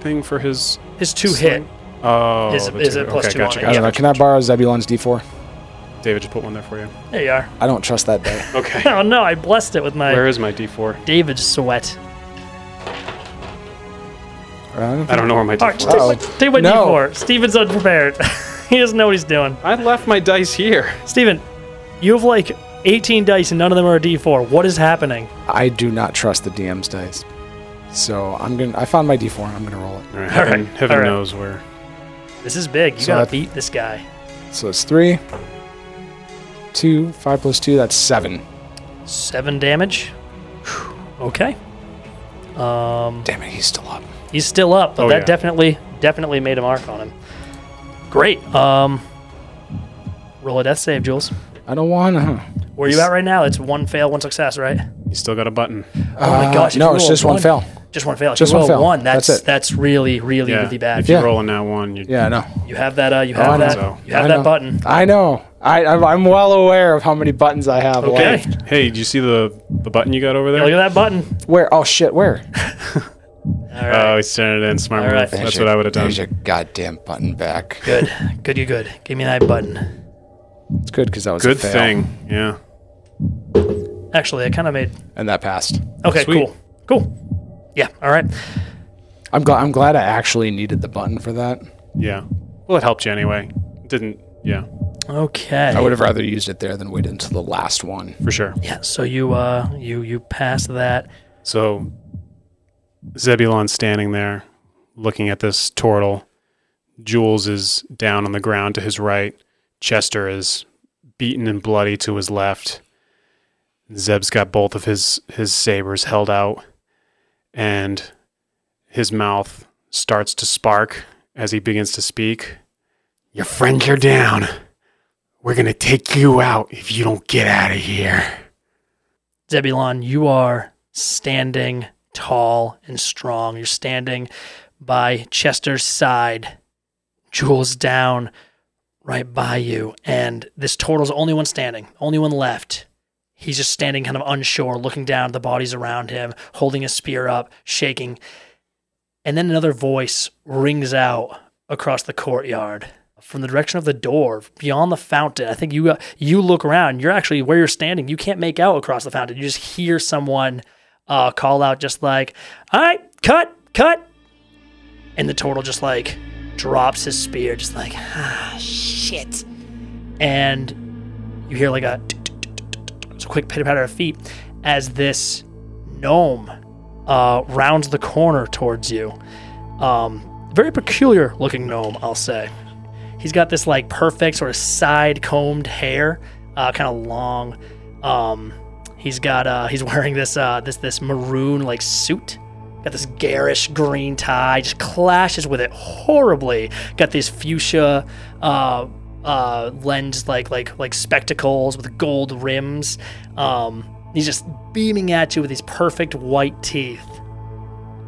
[SPEAKER 1] thing for his?
[SPEAKER 2] His two hit.
[SPEAKER 1] Sling. Oh,
[SPEAKER 2] Is-
[SPEAKER 1] the
[SPEAKER 2] is
[SPEAKER 1] two-
[SPEAKER 2] it plus
[SPEAKER 1] okay,
[SPEAKER 2] two
[SPEAKER 1] gotcha,
[SPEAKER 2] on it?
[SPEAKER 3] I
[SPEAKER 1] gotcha.
[SPEAKER 3] don't know. Can I borrow Zebulon's D4?
[SPEAKER 1] David just put one there for you.
[SPEAKER 2] There you are.
[SPEAKER 3] I don't trust that die.
[SPEAKER 1] Okay.
[SPEAKER 2] Oh no, I blessed it with my
[SPEAKER 1] Where is my D4?
[SPEAKER 2] David sweat.
[SPEAKER 1] I don't know where my
[SPEAKER 2] All right,
[SPEAKER 1] D4
[SPEAKER 2] take
[SPEAKER 1] is.
[SPEAKER 2] my,
[SPEAKER 3] Uh-oh.
[SPEAKER 2] take my
[SPEAKER 3] No.
[SPEAKER 2] D4. Steven's unprepared. he doesn't know what he's doing.
[SPEAKER 1] I left my dice here.
[SPEAKER 2] Steven, you have like 18 dice and none of them are a D4. What is happening?
[SPEAKER 3] I do not trust the DM's dice. So I'm gonna. I found my D4 and I'm gonna roll it.
[SPEAKER 1] All right, heaven
[SPEAKER 2] right,
[SPEAKER 1] heaven
[SPEAKER 2] all right.
[SPEAKER 1] knows where.
[SPEAKER 2] This is big. You
[SPEAKER 3] So
[SPEAKER 2] gotta
[SPEAKER 3] that-
[SPEAKER 2] beat this guy.
[SPEAKER 3] So it's three, two, five plus two. That's seven.
[SPEAKER 2] Seven damage. Whew, Okay.
[SPEAKER 3] Damn it, he's still up.
[SPEAKER 2] He's still up, but
[SPEAKER 1] Oh,
[SPEAKER 2] that
[SPEAKER 1] yeah.
[SPEAKER 2] definitely definitely made a mark on him. Great. Um, roll a death save, Jules.
[SPEAKER 3] I don't wanna.
[SPEAKER 2] Where you at right now? It's one fail, one success, right?
[SPEAKER 1] You still got a button.
[SPEAKER 2] Oh my gosh! if
[SPEAKER 3] Uh, no,
[SPEAKER 2] you
[SPEAKER 3] it's
[SPEAKER 2] roll a
[SPEAKER 3] just one fail.
[SPEAKER 2] Just one fail. If
[SPEAKER 3] Just
[SPEAKER 2] you
[SPEAKER 3] one
[SPEAKER 2] roll a
[SPEAKER 3] fail.
[SPEAKER 2] One. That's
[SPEAKER 3] That's
[SPEAKER 2] that's,
[SPEAKER 3] it.
[SPEAKER 2] really really
[SPEAKER 1] Yeah.
[SPEAKER 2] really bad.
[SPEAKER 1] If you're
[SPEAKER 3] Yeah.
[SPEAKER 1] rolling that one, you
[SPEAKER 3] Yeah, I know.
[SPEAKER 2] You have that. Uh, you
[SPEAKER 3] Oh, I
[SPEAKER 2] have
[SPEAKER 3] know.
[SPEAKER 2] that.
[SPEAKER 1] So-
[SPEAKER 2] You have
[SPEAKER 3] I
[SPEAKER 2] that
[SPEAKER 3] know.
[SPEAKER 2] button.
[SPEAKER 3] I know. I, I'm, I'm well aware of how many buttons I have.
[SPEAKER 2] Okay.
[SPEAKER 3] left.
[SPEAKER 1] Hey, did you see the the button you got over there?
[SPEAKER 2] Look at that button.
[SPEAKER 3] Where? Oh shit. Where?
[SPEAKER 2] All right.
[SPEAKER 1] Oh, he's sending it in. Smart
[SPEAKER 2] All right.
[SPEAKER 1] move. That's what I would have done.
[SPEAKER 6] There's your goddamn button back.
[SPEAKER 2] good. Good. You good. Give me that button.
[SPEAKER 3] It's good because that was
[SPEAKER 1] Good
[SPEAKER 3] a fail.
[SPEAKER 1] thing. Yeah.
[SPEAKER 2] Actually, I kind of made.
[SPEAKER 3] and that passed.
[SPEAKER 2] Okay.
[SPEAKER 1] Sweet.
[SPEAKER 2] Cool. Cool. Yeah. All right.
[SPEAKER 3] I'm glad. I'm glad I actually needed the button for that.
[SPEAKER 1] Yeah. Well, it helped you anyway. Didn't. Yeah.
[SPEAKER 2] Okay.
[SPEAKER 3] I would have rather used it there than waited until the last one.
[SPEAKER 1] For sure.
[SPEAKER 2] yeah. So you uh you you pass that.
[SPEAKER 1] So Zebulon standing there looking at this turtle. Jules is down on the ground to his right. Chester is beaten and bloody to his left. Zeb's got both of his, his sabers held out, and his mouth starts to spark as he begins to speak.
[SPEAKER 4] Your friends are down. We're gonna take you out if you don't get out of here.
[SPEAKER 2] Zebulon, you are standing tall and strong. You're standing by Chester's side, Jules down right by you. And this turtle's the only one standing, only one left. He's just standing kind of unsure, looking down at the bodies around him, holding his spear up, shaking. And then another voice rings out across the courtyard from the direction of the door beyond the fountain. I think you uh, you look around. You're actually where you're standing. You can't make out across the fountain. You just hear someone uh, call out, just like, "All right, cut, cut," and the turtle just like drops his spear, just like, "Ah, shit," and you hear like a it's a quick pitter patter of feet as this gnome uh, rounds the corner towards you. Um, very peculiar looking gnome, I'll say. He's got this like perfect sort of side combed hair, uh, kind of long. Um, he's got uh, he's wearing this uh, this this maroon like suit. Got this garish green tie, just clashes with it horribly. Got these fuchsia uh, uh, lens like like like spectacles with gold rims. Um, he's just beaming at you with these perfect white teeth,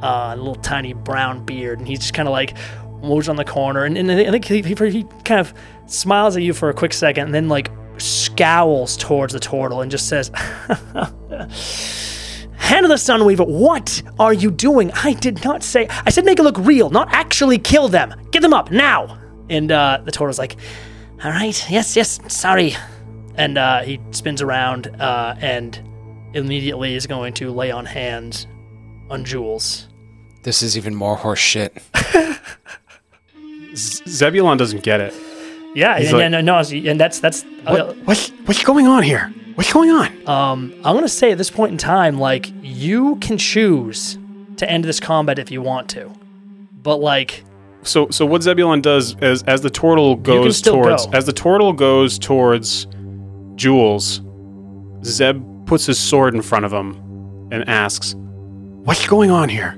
[SPEAKER 2] uh, a little tiny brown beard, and he's just kind of like moves on the corner, and, and I thi- I think he, he, he kind of smiles at you for a quick second, and then like scowls towards the turtle and just says. Hand of the Sunweaver, what are you doing? I did not say. I said make it look real, not actually kill them. Get them up now. And uh, the turtle's like, all right, yes, yes, sorry. And uh, he spins around uh, and immediately is going to lay on hands on Jules.
[SPEAKER 3] This is even more horse shit.
[SPEAKER 1] Zebulon doesn't get it.
[SPEAKER 2] Yeah, and,
[SPEAKER 1] like-
[SPEAKER 2] and, no, and that's that's. uh,
[SPEAKER 7] What's what's going on here? What's going on?
[SPEAKER 2] Um, I'm gonna say at this point in time, like you can choose to end this combat if you want to, but like
[SPEAKER 1] So so what Zebulon does as as the turtle goes
[SPEAKER 2] still
[SPEAKER 1] towards
[SPEAKER 2] go.
[SPEAKER 1] as the turtle goes towards Jules, Zeb puts his sword in front of him and asks,
[SPEAKER 7] What's going on here?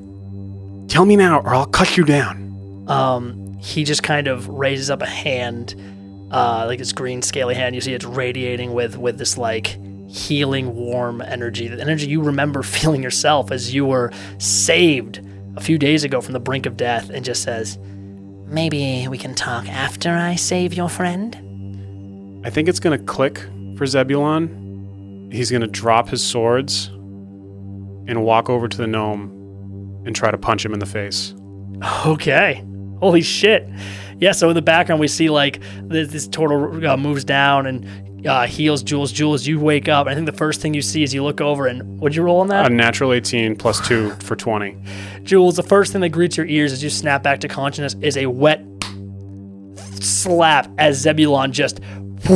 [SPEAKER 7] Tell me now, or I'll cut you down.
[SPEAKER 2] um, he just kind of raises up a hand, uh, like this green scaly hand. You see it's radiating with with this like healing warm energy, the energy you remember feeling yourself as you were saved a few days ago from the brink of death, and just says, "Maybe we can talk after I save your friend."
[SPEAKER 1] I think it's gonna click for Zebulon. He's gonna drop his swords and walk over to the gnome and try to punch him in the face.
[SPEAKER 2] Okay. Holy shit. Yeah, so in the background, we see like this, this turtle uh, moves down and uh, heals Jules. Jules, you wake up. I think the first thing you see is you look over and what'd you roll on
[SPEAKER 7] Uh,
[SPEAKER 2] that?
[SPEAKER 1] A natural 18 plus 2 for 20.
[SPEAKER 2] Jules, the first thing that greets your ears as you snap back to consciousness is a wet slap as Zebulon just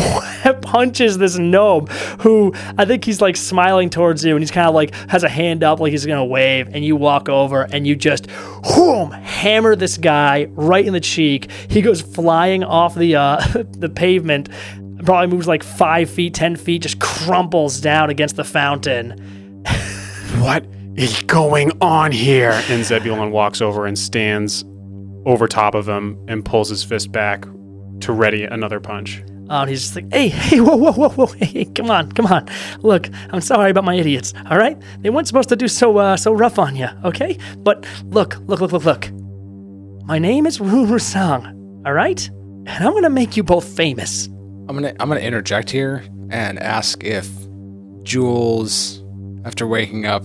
[SPEAKER 2] punches this gnome who I think he's like smiling towards you and he's kind of like has a hand up like he's gonna wave and you walk over and you just whoom, hammer this guy right in the cheek. He goes flying off the uh, the pavement, probably moves like five feet, ten feet, just crumples down against the fountain.
[SPEAKER 7] What is going on here?
[SPEAKER 1] And Zebulon walks over and stands over top of him and pulls his fist back to ready another punch.
[SPEAKER 2] Uh, and he's just like, hey, hey, whoa, whoa, whoa, whoa, hey, hey, come on, come on. Look, I'm sorry about my idiots, all right? They weren't supposed to do so uh, so rough on you, okay? But look, look, look, look, look. My name is Rune Rusang, all right? And I'm gonna make you both famous.
[SPEAKER 3] I'm gonna I'm gonna interject here and ask if Jules, after waking up,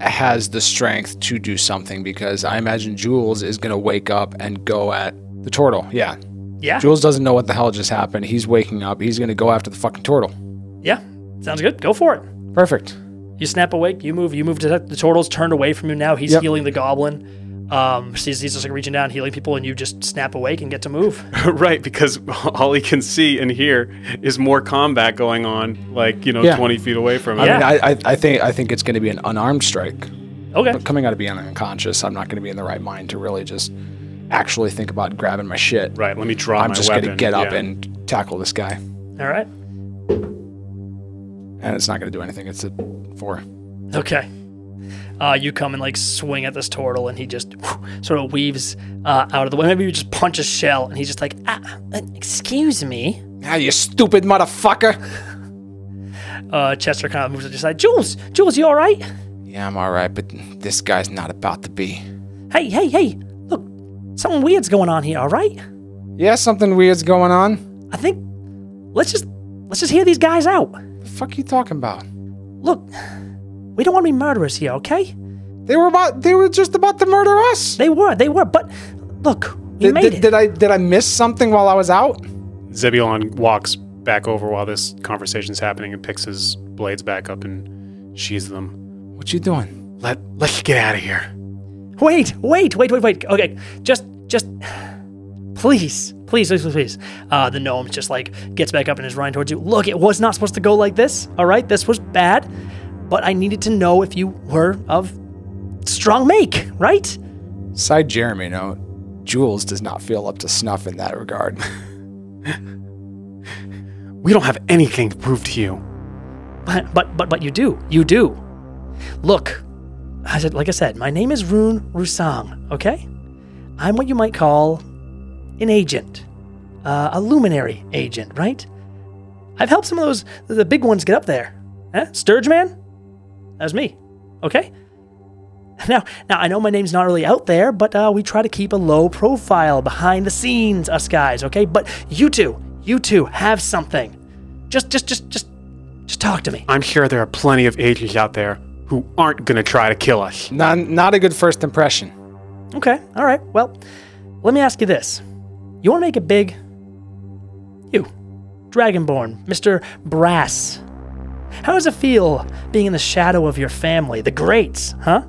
[SPEAKER 3] has the strength to do something because I imagine Jules is gonna wake up and go at the turtle. Yeah.
[SPEAKER 2] Yeah?
[SPEAKER 3] Jules doesn't know what the hell just happened. He's waking up. He's gonna go after the fucking turtle.
[SPEAKER 2] Yeah, sounds good. Go for it.
[SPEAKER 3] Perfect.
[SPEAKER 2] You snap awake. You move. You move to the, the turtle's turned away from you now. He's
[SPEAKER 3] Yep.
[SPEAKER 2] healing the goblin. Um, so he's, he's just like reaching down, healing people, and you just snap awake and get to move.
[SPEAKER 1] right, because all he can see and hear is more combat going on, like, you know,
[SPEAKER 3] Yeah.
[SPEAKER 1] 20 feet away from him.
[SPEAKER 3] I mean,
[SPEAKER 2] Yeah.
[SPEAKER 3] I, I, I think I think it's gonna be an unarmed strike.
[SPEAKER 2] Okay.
[SPEAKER 3] But coming out of being unconscious, I'm not gonna be in the right mind to really just actually think about grabbing my shit.
[SPEAKER 1] Right, let me draw
[SPEAKER 3] I'm
[SPEAKER 1] my
[SPEAKER 3] just
[SPEAKER 1] weapon.
[SPEAKER 3] gonna get up
[SPEAKER 1] Yeah.
[SPEAKER 3] and tackle this guy.
[SPEAKER 2] All right.
[SPEAKER 3] And it's not gonna do anything. It's a four.
[SPEAKER 2] Okay. Uh, you come and like swing at this turtle, and he just sort of weaves uh, out of the way. Maybe you just punch his shell, and he's just like, ah, uh, "Excuse me."
[SPEAKER 3] Ah, you stupid motherfucker.
[SPEAKER 2] Uh, Chester kind of moves to the side. Jules, Jules, you all right?
[SPEAKER 3] Yeah, I'm alright, but this guy's not about to be.
[SPEAKER 2] Hey, hey, hey! Look, something weird's going on here. All right,
[SPEAKER 3] Yeah, something weird's going on.
[SPEAKER 2] I think let's just let's just hear these guys out.
[SPEAKER 3] The fuck you talking about?
[SPEAKER 2] Look, we don't want to be murderers here, okay?
[SPEAKER 3] They were about they were just about to murder us.
[SPEAKER 2] They were, they were, but look, we
[SPEAKER 3] Did,
[SPEAKER 2] made
[SPEAKER 3] did,
[SPEAKER 2] it.
[SPEAKER 3] did I did I miss something while I was out?
[SPEAKER 1] Zebulon walks back over while this conversation's happening and picks his blades back up and sheathes them.
[SPEAKER 3] What you doing?
[SPEAKER 7] Let let's get out of here.
[SPEAKER 2] Wait, wait, wait, wait, wait. Okay, just, just, please, please, please, please, please. Uh, the gnome just like gets back up and is running towards you. Look, it was not supposed to go like this. All right, this was bad, but I needed to know if you were of strong make, right?
[SPEAKER 3] Side Jeremy note. Jules does not feel up to snuff in that regard.
[SPEAKER 7] We don't have anything to prove to you.
[SPEAKER 2] But, but, but, but you do, you do. Look, I said, like I said, my name is Rune Rusang. Okay, I'm what you might call an agent. uh, a luminary agent, right? I've helped some of those the big ones get up there. Huh? Sturge man, that was me. Okay. Now, now I know my name's not really out there, but uh, we try to keep a low profile behind the scenes, us guys. Okay, but you two, you two have something. Just, just, just, just, just talk to me.
[SPEAKER 1] I'm sure there are plenty of agents out there who aren't going to try to kill us.
[SPEAKER 3] Not, not a good first impression.
[SPEAKER 2] Okay, all right. Well, let me ask you this. You want to make it big? You, Dragonborn, Mr. Brass. How does it feel being in the shadow of your family, the greats, huh?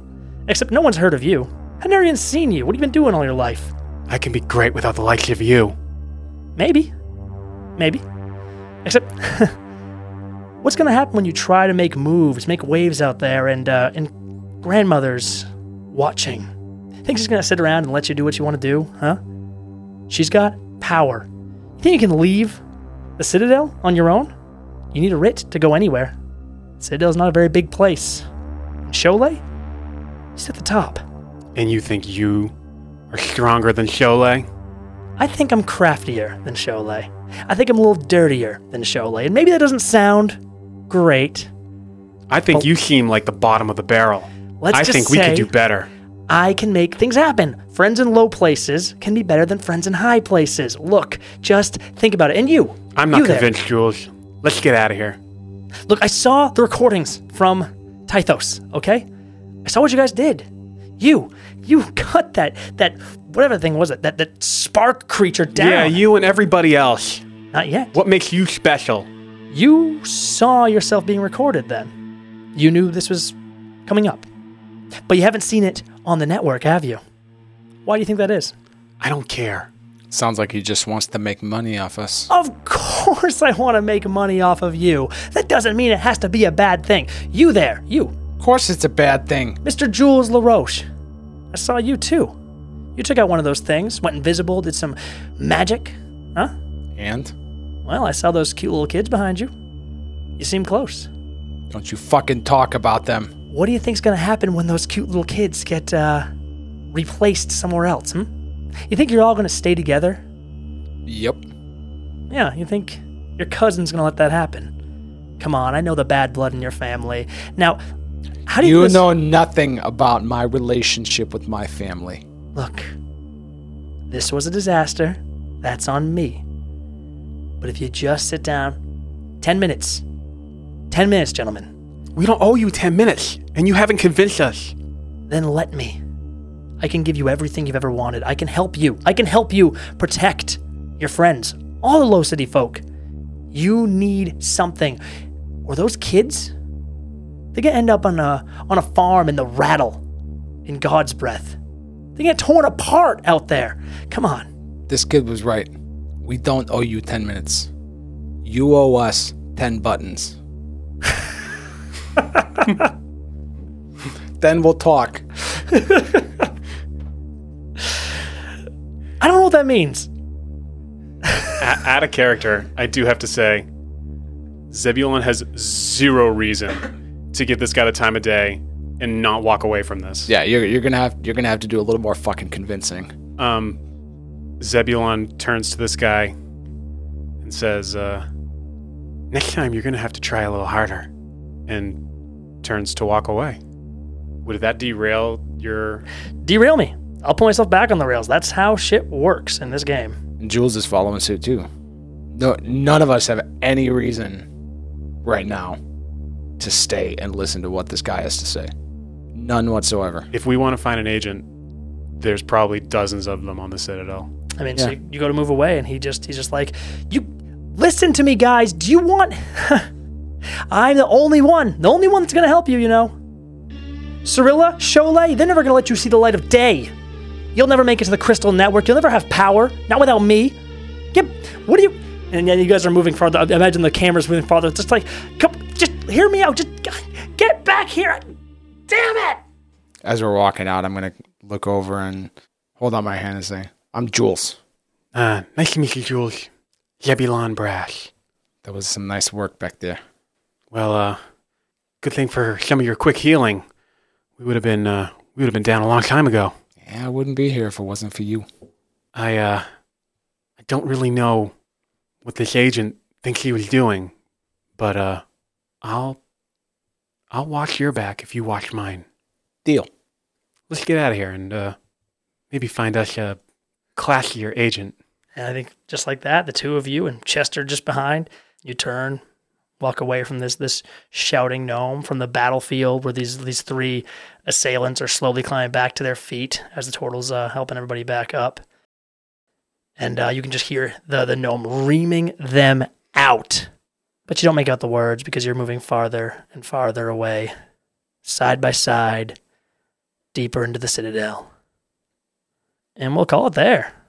[SPEAKER 2] Except no one's heard of you. I've never even seen you. What have you been doing all your life?
[SPEAKER 1] I can be great without the likes of you.
[SPEAKER 2] Maybe. Maybe. Except, what's going to happen when you try to make moves, make waves out there, and, uh, and grandmother's watching? Think she's going to sit around and let you do what you want to do, huh? She's got power. You think you can leave the Citadel on your own? You need a writ to go anywhere. Citadel's not a very big place. Cholet? He's at the top.
[SPEAKER 1] And you think you are stronger than Cholet?
[SPEAKER 2] I think I'm craftier than Cholet. I think I'm a little dirtier than Cholet. And maybe that doesn't sound great.
[SPEAKER 1] I think you seem like the bottom of the barrel.
[SPEAKER 2] Oh. Let's
[SPEAKER 1] I
[SPEAKER 2] just
[SPEAKER 1] think we
[SPEAKER 2] say-
[SPEAKER 1] could do better.
[SPEAKER 2] I can make things happen. Friends in low places can be better than friends in high places. Look, just think about it. And you.
[SPEAKER 1] I'm not
[SPEAKER 2] you there.
[SPEAKER 1] convinced, Jules. Let's get out of here.
[SPEAKER 2] Look, I saw the recordings from Tythos, okay? I saw what you guys did. You, you cut that, that, whatever thing was it, that, that spark creature down.
[SPEAKER 1] Yeah, you and everybody else.
[SPEAKER 2] Not yet.
[SPEAKER 1] What makes you special?
[SPEAKER 2] You saw yourself being recorded then. You knew this was coming up. But you haven't seen it on the network, have you? Why do you think that is?
[SPEAKER 1] I don't care.
[SPEAKER 3] Sounds like he just wants to make money off us.
[SPEAKER 2] Of course, I want to make money off of you. That doesn't mean it has to be a bad thing. You there, you,
[SPEAKER 3] Of course, it's a bad thing.
[SPEAKER 2] Mr. Jules LaRoche. I saw you too. You took out one of those things, went invisible, did some magic. Huh?
[SPEAKER 3] And
[SPEAKER 2] Well, I saw those cute little kids behind you. You seem close.
[SPEAKER 3] don't you fucking talk about them.
[SPEAKER 2] What do you think's gonna happen when those cute little kids get uh, replaced somewhere else? Hmm? You think you're all gonna stay together?
[SPEAKER 3] Yep.
[SPEAKER 2] Yeah, you think your cousin's gonna let that happen? Come on, I know the bad blood in your family. Now, how do you,
[SPEAKER 3] You
[SPEAKER 2] think this-
[SPEAKER 3] know nothing about my relationship with my family.
[SPEAKER 2] Look, this was a disaster. That's on me. But if you just sit down, ten minutes, ten minutes, gentlemen.
[SPEAKER 1] We don't owe you 10 minutes, and you haven't convinced us.
[SPEAKER 2] then let me. I can give you everything you've ever wanted. I can help you. I can help you protect your friends, all the Low City folk. You need something. Or those kids, they can end up on a on a farm in the rattle, in God's breath. They get torn apart out there. Come on.
[SPEAKER 3] This kid was right. We don't owe you 10 minutes. You owe us 10 buttons. then we'll talk.
[SPEAKER 2] I don't know what that means.
[SPEAKER 8] A- out of character, I do have to say, Zebulon has zero reason to give this guy the time of day and not walk away from this.
[SPEAKER 3] Yeah, you're, you're gonna have you're gonna have to do a little more fucking convincing.
[SPEAKER 8] Um, Zebulon turns to this guy and says, uh, "Next time, you're gonna have to try a little harder," and turns to walk away. Would that derail your?
[SPEAKER 2] Derail me. I'll put myself back on the rails. That's how shit works in this game.
[SPEAKER 3] And Jules is following suit too. No, none of us have any reason right now to stay and listen to what this guy has to say. None whatsoever.
[SPEAKER 8] If we want to find an agent, there's probably dozens of them on the Citadel.
[SPEAKER 2] I mean, so you, you go to move away, and he just he's just like, you listen to me, guys. Do you want? I'm the only one, the only one that's gonna help you. You know, Cirilla, Sholay, they're never gonna let you see the light of day. You'll never make it to the Crystal Network. You'll never have power, not without me. Yep. What do you? And yeah, you guys are moving farther. I imagine the camera's moving farther. It's just like, come, just hear me out. Just get back here. Damn it.
[SPEAKER 3] As we're walking out, I'm gonna look over and hold out my hand and say, "I'm Jules."
[SPEAKER 1] Uh, nice to meet you, Jules. Zebulon Brass.
[SPEAKER 3] That was some nice work back there.
[SPEAKER 1] Well, uh, good thing for some of your quick healing. We would have been, uh, we would have been down a long time ago.
[SPEAKER 3] Yeah, I wouldn't be here if it wasn't for you.
[SPEAKER 1] I, uh, I don't really know what this agent thinks he was doing, but uh, I'll I'll watch your back if you watch mine.
[SPEAKER 3] Deal.
[SPEAKER 1] Let's get out of here and uh, maybe find us a classier agent.
[SPEAKER 2] And I think just like that, the two of you and Chester just behind, you turn, walk away from this this shouting gnome from the battlefield where these these three assailants are slowly climbing back to their feet as the turtle's uh, helping everybody back up. And uh, you can just hear the the gnome reaming them out. But you don't make out the words because you're moving farther and farther away, side by side, deeper into the citadel. And we'll call it there.